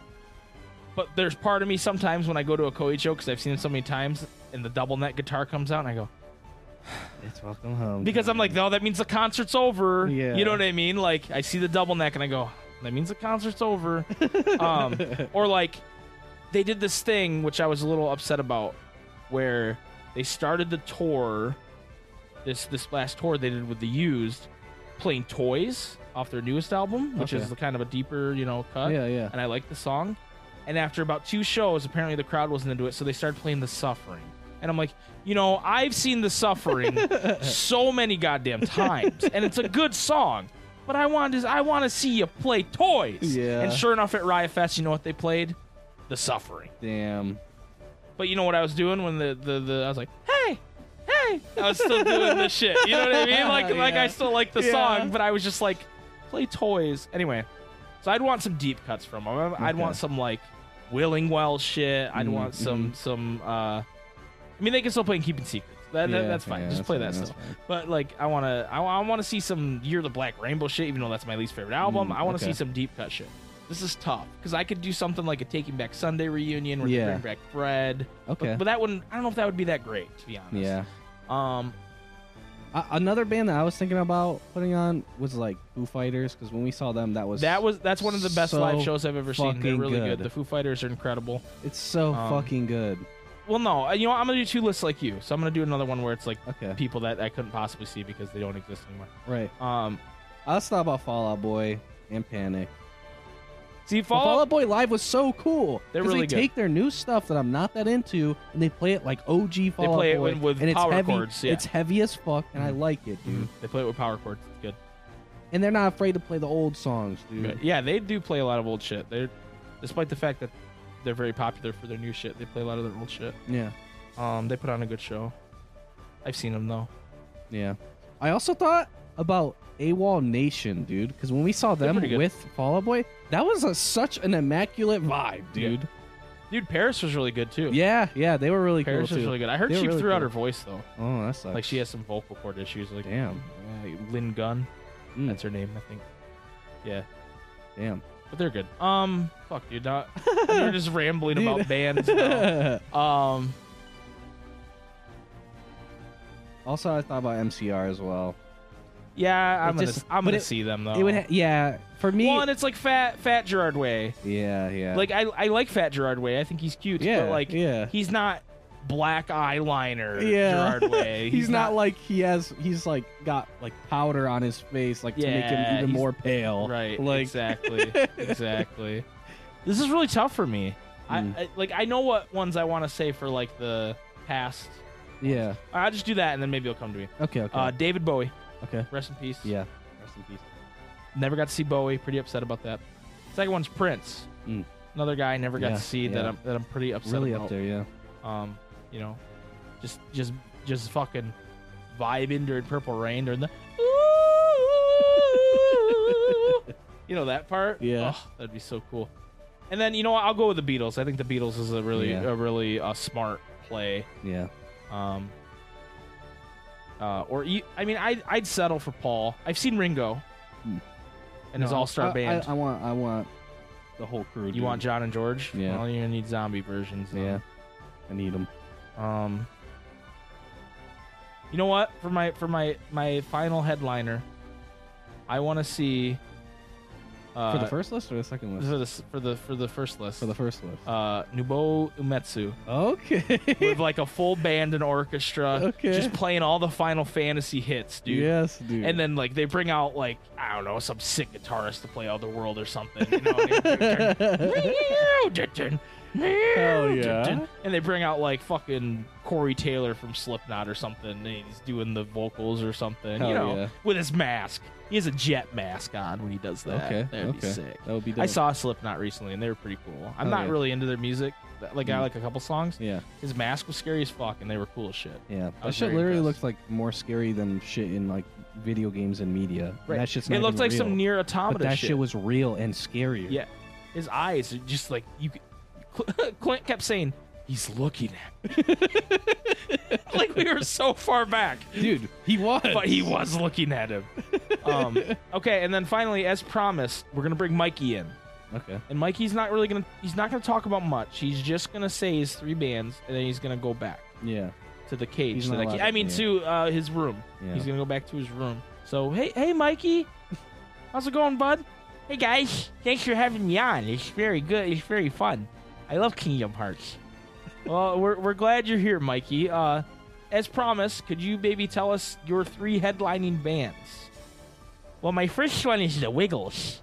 But there's part of me sometimes when I go to a Koei show because I've seen it so many times, and the double net guitar comes out, and I go It's welcome home. because I'm like, no, that means the concert's over. Yeah. You know what I mean? Like I see the double neck, and I go, that means the concert's over. um, or like they did this thing which I was a little upset about, where they started the tour, this this last tour they did with the Used, playing Toys off their newest album, which Okay. is the kind of a deeper you know cut Yeah, yeah. and I liked the song. And after about two shows, apparently the crowd wasn't into it, so they started playing The Suffering. And I'm like, you know, I've seen The Suffering so many goddamn times, and it's a good song. But I want is I want to see you play toys. Yeah. And sure enough, at Riot Fest, you know what they played? The Suffering. Damn. But you know what I was doing when the the, the I was like, hey, hey, I was still doing the shit. You know what I mean? Like like Yeah. I still like the Yeah. song, but I was just like, play toys anyway. So I'd want some deep cuts from them. I'd Okay. want some like Willing Well shit. I'd Mhm, want some some. uh I mean, they can still play in Keeping Secrets. That, that- Yeah, that's fine. yeah, Just that's play fine, that that's stuff. fine. But like, I wanna I, I wanna see some Year of the Black Rainbow shit. Even though that's my least favorite album, Mm, I want to okay. see some deep cut shit. This is tough because I could do something like a Taking Back Sunday reunion where Yeah. they bring back Fred. Okay. But, but that wouldn't. I don't know if that would be that great, to be honest. yeah. Um. A- another band that I was thinking about putting on was like Foo Fighters because when we saw them, that was That was that's one of the best so live shows I've ever seen. They're fucking really good. good. The Foo Fighters are incredible. it's so um, fucking good. Well, no, uh, you know what? I'm gonna do two lists like you. So I'm gonna do another one where it's like Okay. people that I couldn't possibly see because they don't exist anymore. Right. Um. I was thought about Fallout Boy and Panic. See, Fall follow Out Boy live was so cool. They're 'cause really they good. take their new stuff that I'm not that into and they play it like OG Fall play Out it Boy with- with and it's power heavy. chords, yeah. Mm-hmm. It's heavy as fuck and I like it, dude. They play it with power chords. It's good. And they're not afraid to play the old songs, dude. Good. Yeah, they do play a lot of old shit. They're, despite the fact that they're very popular for their new shit, they play a lot of their old shit. Yeah. Um. They put on a good show. I've seen them though. Yeah. I also thought about AWOL Nation, dude. Because when we saw them pretty good. with Fall Out Boy, that was a, such an immaculate vibe, dude. Dude, Paris was really good too. Yeah, yeah, they were really Paris cool was too. really good. I heard They were she really threw out cool. her voice though. Oh, that sucks. Like she has some vocal cord issues. Like Damn. yeah, Lynn Gunn, Mm. that's her name, I think. Yeah, Damn. but they're good. Um, fuck, dude, not, we're just rambling about bands. now. Um, also, I thought about MCR as well. yeah, I'm It gonna, just- I'm but gonna it- see them though. It would, ha- yeah, for me. Well, and it's like fat, fat Gerard Way. yeah, yeah. Like I, I like fat Gerard Way. I think he's cute. Yeah, but like yeah. he's not black eyeliner. yeah, Gerard Way. he's, not, like he has. He's like got like powder on his face, like to make Yeah, him even he's- more pale. Right. Like exactly. exactly. This is really tough for me. Mm. I, I like I know what ones I want to say for like the past. yeah. I'll just do that and then maybe it'll come to me. Okay. Okay. Uh, David Bowie, okay. rest in peace. Yeah. Rest in peace. Never got to see Bowie. Pretty upset about that. Second one's Prince. Mm. Another guy I never got Yeah, to see that yeah. I'm that I'm pretty upset Really about. up there, yeah. Um, you know, just just just fucking vibing during Purple Rain during the. You know that part? Yeah. Ugh, that'd be so cool. And then you know what? I'll go with the Beatles. I think the Beatles is a really Yeah. a really uh, smart play. Yeah. Um, uh, or e- I mean, I I'd settle for Paul. I've seen Ringo, Hmm. and his No, all star I- band. I, I want. I want the whole crew. you want John and George? Yeah. Well, you're gonna need zombie versions. then. Yeah. I need him. Um, you know what? For my for my my final headliner, I want to see uh, for the first list or the second list? for the s- for the for the first list For the first list. uh, Nubo Umetsu okay. with like a full band and orchestra, Okay. just playing all the Final Fantasy hits, dude. Yes, dude. And then like they bring out like I don't know some sick guitarist to play All the World or something. You know? Hell yeah. And they bring out like fucking Corey Taylor from Slipknot or something. And he's doing the vocals or something. Hell you know, yeah. with his mask. He has a jet mask on when he does that. okay, that'd okay. be sick. That would be. Dope. I saw Slipknot recently and they were pretty cool. I'm Oh, not yeah. really into their music. Like I Mm. like a couple songs. Yeah, His mask was scary as fuck and they were cool as shit. yeah. That was shit very literally impressed. looks like more scary than shit in like video games and media. Right. That shit's not It looked even like some real. near automata But that shit shit was real and scarier. Yeah, his eyes are just like you. could- Cl- Clint kept saying he's looking at me, like we were so far back, dude, he was. but he was looking at him. Um, okay, and then finally, as promised, we're gonna bring Mikey in, Okay. and Mikey's not really gonna he's not gonna talk about much. He's just gonna say his three bands, and then he's gonna go back Yeah. to the cage. He's to not the allowed ca- to I mean, be to uh, his room. Yeah. He's gonna go back to his room. So hey, hey, Mikey, how's it going, bud? Hey guys, thanks for having me on. It's very good. It's very fun. I love Kingdom Hearts. well, we're we're glad you're here, Mikey. Uh, as promised, could you maybe tell us your three headlining bands? Well, my first one is the Wiggles,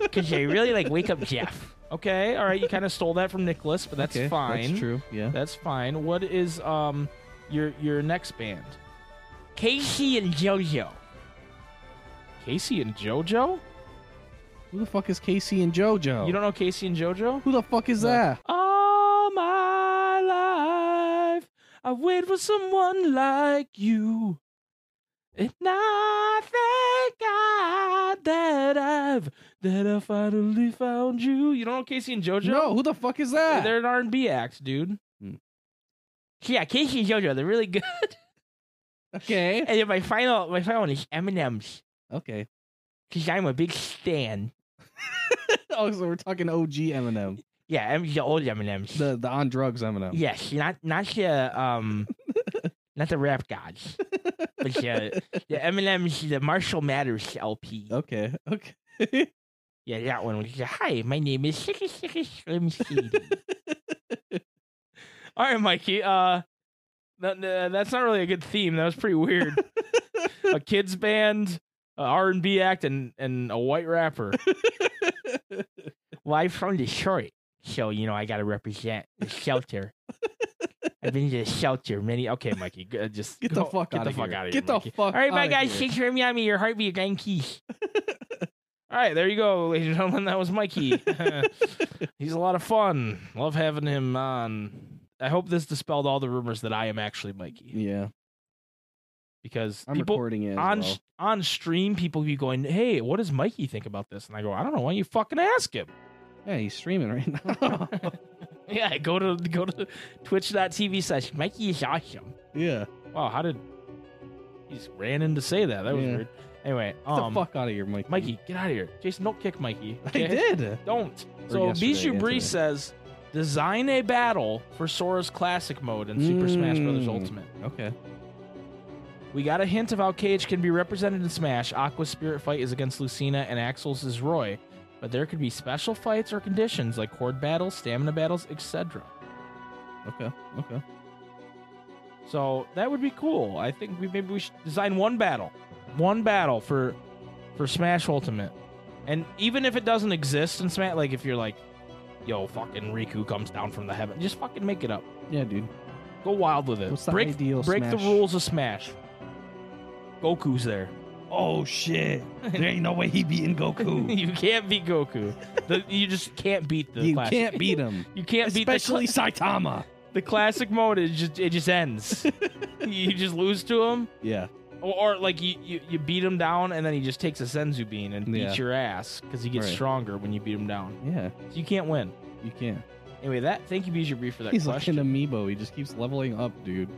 because I really like Wake Up Jeff. Okay, all right, you kind of stole that from Nicholas, but that's okay. fine. That's true. Yeah. That's fine. What is um your your next band? Casey and JoJo. Casey and JoJo? Who the fuck is Casey and JoJo? You don't know Casey and JoJo? Who the fuck is that? All my life I wait for someone like you. And I thank God that I've that I finally found you. You don't know Casey and JoJo? No, who the fuck is that? They're an R and B act, dude. Hmm. Yeah, Casey and JoJo, they're really good. okay. And then my final, my final one is M&M's Okay. because I'm a big stan. oh, so we're talking OG Eminem, Yeah, M- the old M&M's. the the on drugs Eminem. yes, not not the um, not the rap gods, but the, the M&M's, the Marshall Matters LP. Okay. Okay. Yeah, that one was. Hi, my name is Sicky Sicky Slim Shady. All right, Mikey. Uh, th- th- that's not really a good theme. That was pretty weird. a kids band, R and B act, and and a white rapper. well, I'm from Detroit, so you know I got to represent the shelter. I've been to the shelter many. Okay, Mikey, g- uh, just Get the go- fuck get out the of fuck here. out of here. Get the Mikey. fuck. All All right, bye outta guys. Here. Thanks for having me. Your heartbeat, gang keys. All right, there you go, ladies and gentlemen. That was Mikey. He's a lot of fun. Love having him on. I hope this dispelled all the rumors that I am actually Mikey. Yeah. because I'm people recording it. as on well. on stream people be going, "Hey, what does Mikey think about this?" And I go, "I don't know. Why don't you fucking ask him?" Yeah, he's streaming right now. yeah, go to go to twitch.tv slash Mikey is awesome. yeah. Wow, how did he just ran in to say that? That was Yeah. weird. Anyway, Get um, the fuck out of here, Mike. Mikey, get out of here. Jason, don't kick Mikey. I okay? did. Don't. Or So yesterday, Bijou yesterday. Bree says, design a battle for Sora's classic mode in Super Smash Bros. Mm. Ultimate. Okay. We got a hint of how Cage can be represented in Smash. Aqua's spirit fight is against Lucina, and Axel's is Roy. But there could be special fights or conditions like horde battles, stamina battles, etc. Okay. Okay. So that would be cool. I think we maybe we should design one battle, one battle for for Smash Ultimate, and even if it doesn't exist in Smash, like if you're like, yo, fucking Riku comes down from the heaven, just fucking make it up. yeah, dude. Go wild with it. What's the Uh, break ideal break the Smash? rules of Smash. Goku's there. Oh shit! there ain't no way he beating Goku. you can't beat Goku. The, you just can't beat the you classic. can't beat him, You can't Especially beat the, Saitama. cla- the classic mode. It just it just ends. you just lose to him. Yeah. Or, or like you, you, you beat him down and then he just takes a Senzu bean and Yeah. beats your ass because he gets Right. stronger when you beat him down. Yeah. So you can't win. You can't. Anyway, that thank you, Bijou Bree, for that He's question. like an amiibo. He just keeps leveling up, dude.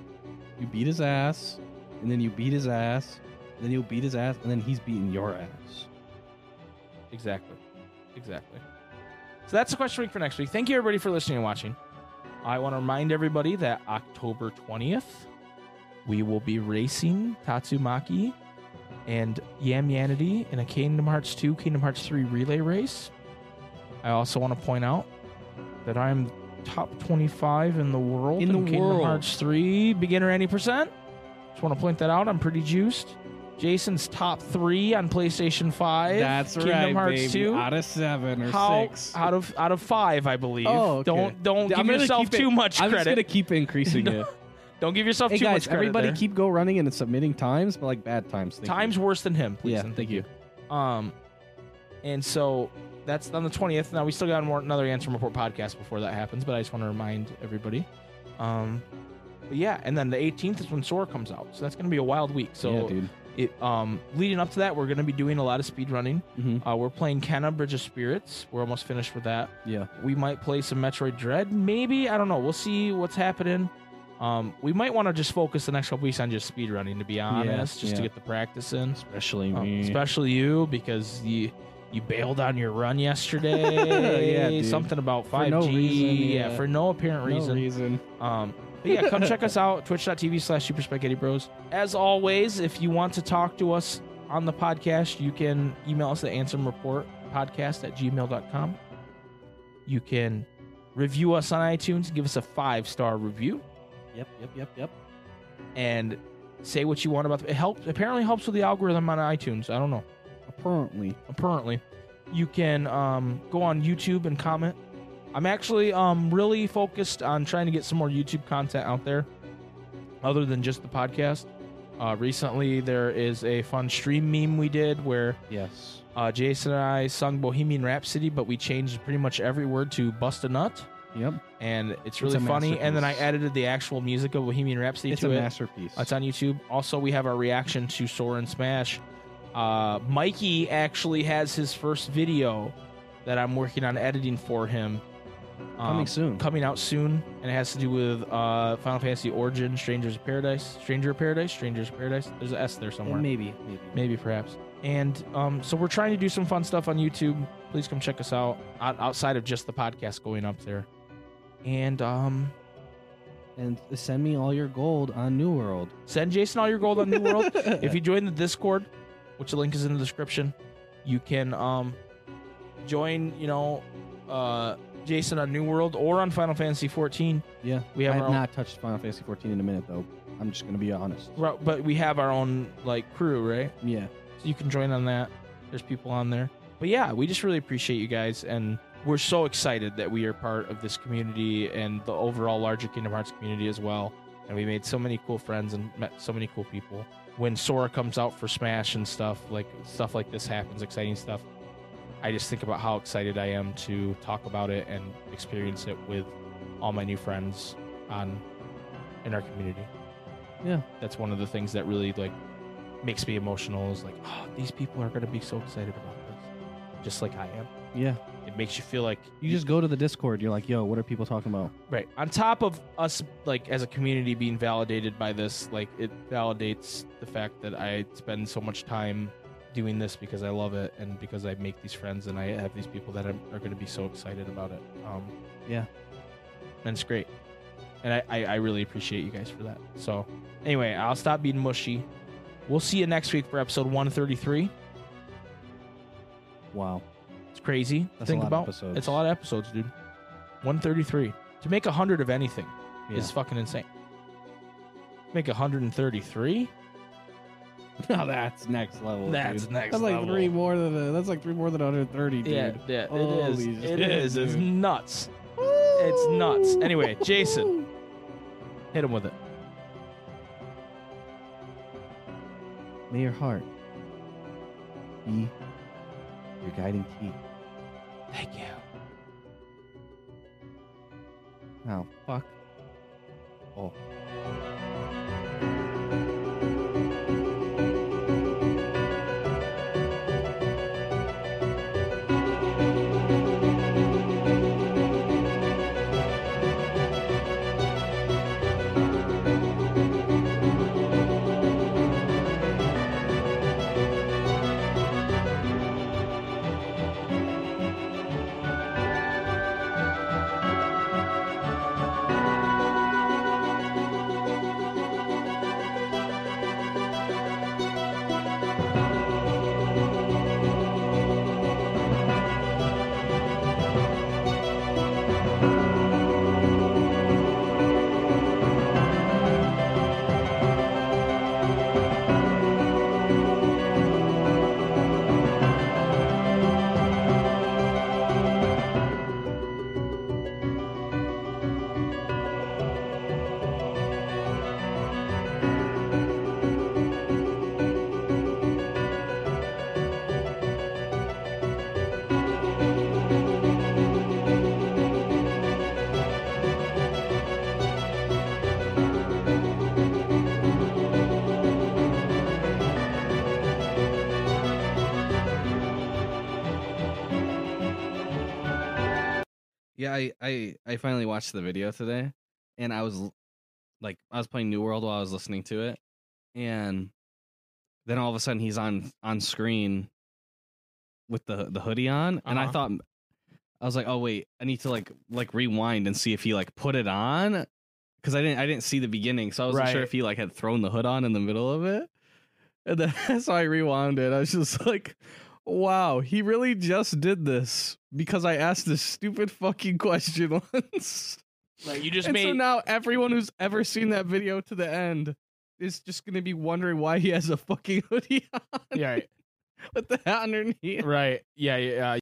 You beat his ass, and then you beat his ass, and then you'll beat his ass, and then he's beating your ass. exactly, exactly. So that's the question week for next week. Thank you everybody for listening and watching. I want to remind everybody that October twentieth, we will be racing Tatsumaki and Yam Yanity in a Kingdom Hearts two, Kingdom Hearts three relay race. I also want to point out that I'm top 25 in the world In the Kingdom world. Hearts 3 beginner any percent. Just want to point that out. I'm pretty juiced. Jason's top three on PlayStation 5. Kingdom Hearts 2. Out of seven or How, six. out of out of five, I believe. Oh, okay. Don't don't I'm give gonna yourself keep it- too much I'm just credit. gonna keep increasing No, it. Don't give yourself Hey too guys, much credit. everybody there. keep go running and submitting times, but like bad times. Thank you. times worse than him, please. Yeah, and thank you. Um, and so that's on the twentieth. Now we still got more, another answer report podcast before that happens, but I just want to remind everybody. Um, but yeah, and then the eighteenth is when Sora comes out, so that's going to be a wild week. yeah, So dude. it, um, leading up to that, we're going to be doing a lot of speed running. hmm Uh, we're playing Kenna Bridge of Spirits. We're almost finished with that. Yeah. We might play some Metroid Dread, maybe. I don't know. We'll see what's happening. Um, we might want to just focus the next couple weeks on just speed running, to be honest, just to yeah. get the practice in. Especially Um, me. especially you because you you bailed on your run yesterday. Yeah, dude. something about For five G. no reason, yeah. yeah. for no apparent No reason. reason. Um, but yeah, come check us out twitch.tv slash super spaghetti bros. As always, if you want to talk to us on the podcast, you can email us at answerreportpodcast at gmail.com. You can review us on iTunes, give us a five star review, Yep. Yep. Yep. Yep. and say what you want about the, it. Helps apparently helps with the algorithm on iTunes. I don't know. Apparently. apparently. You can um, go on YouTube and comment. I'm actually um, really focused on trying to get some more YouTube content out there, other than just the podcast. Uh, recently, there is a fun stream meme we did where Yes. uh, Jason and I sung Bohemian Rhapsody, but we changed pretty much every word to "bust a nut," Yep. and it's really a funny. And then I masterpiece. edited the actual music of Bohemian Rhapsody It's to a it. masterpiece. It's on YouTube. Also, we have our reaction to Soren Smash. Uh, Mikey actually has his first video that I'm working on editing for him. um, Coming soon. Coming out soon, and it has to do with uh, Final Fantasy Origin, Strangers of Paradise, Stranger of Paradise, Strangers of Paradise. There's an S there somewhere. Maybe. Maybe. Maybe, perhaps. And um, so we're trying to do some fun stuff on YouTube. Please come check us out out- outside of just the podcast going up there. And um, And send me all your gold on New World. send Jason all your gold on New World. if you join the discord which the link is in the description you can um join you know uh jason on new world or on final fantasy 14 yeah, we have our I have own- not touched Final Fantasy 14 in a minute though. I'm just gonna be honest. Ro- but we have our own like crew right Yeah. so you can join on that there's people on there but yeah we just really appreciate you guys and we're so excited that we are part of this community and the overall larger kingdom hearts community as well and we made so many cool friends and met so many cool people when sora comes out for smash and stuff like stuff like this happens exciting stuff i just think about how excited i am to talk about it and experience it with all my new friends on in our community yeah, that's one of the things that really like makes me emotional. Is like, oh, these people are gonna be so excited about this, just like I am. Yeah. It makes you feel like You just go to the Discord. You're like, yo, what are people talking about? Right. On top of us, like as a community, being validated by this, like it validates the fact that I spend so much time doing this because I love it and because I make these friends and I have these people that are, are going to be so excited about it. Um, Yeah. and it's great, and I, I I really appreciate you guys for that. So anyway, I'll stop being mushy. We'll see you next week for episode 133. Wow. It's crazy. to That's a Think lot of about episodes. it's a lot of episodes, dude. 133 to make a hundred of anything. Yeah. is fucking insane. Make 133? No, that's next level. That's dude. next That's like level. three more than the, that's like three more than 130, dude. Yeah, yeah, it is. Holy It shit, is. It's dude. nuts. It's nuts. Anyway, Jason, hit him with it. May your heart be your guiding key. Thank you. Now, fuck. Oh. Yeah, I, I I finally watched the video today, and I was l- like, I was playing New World while I was listening to it, and then all of a sudden he's on on screen with the the hoodie on, and I Uh-huh. thought I was like, oh wait, I need to like like rewind and see if he like put it on because I didn't I didn't see the beginning, so I wasn't sure Right. if he like had thrown the hood on in the middle of it, and then so I rewound it. I was just like. Wow, he really just did this because I asked this stupid fucking question once. Like you just and made so now everyone who's ever seen that video to the end is just gonna be wondering why he has a fucking hoodie on yeah, with the hat underneath. right. Yeah, yeah.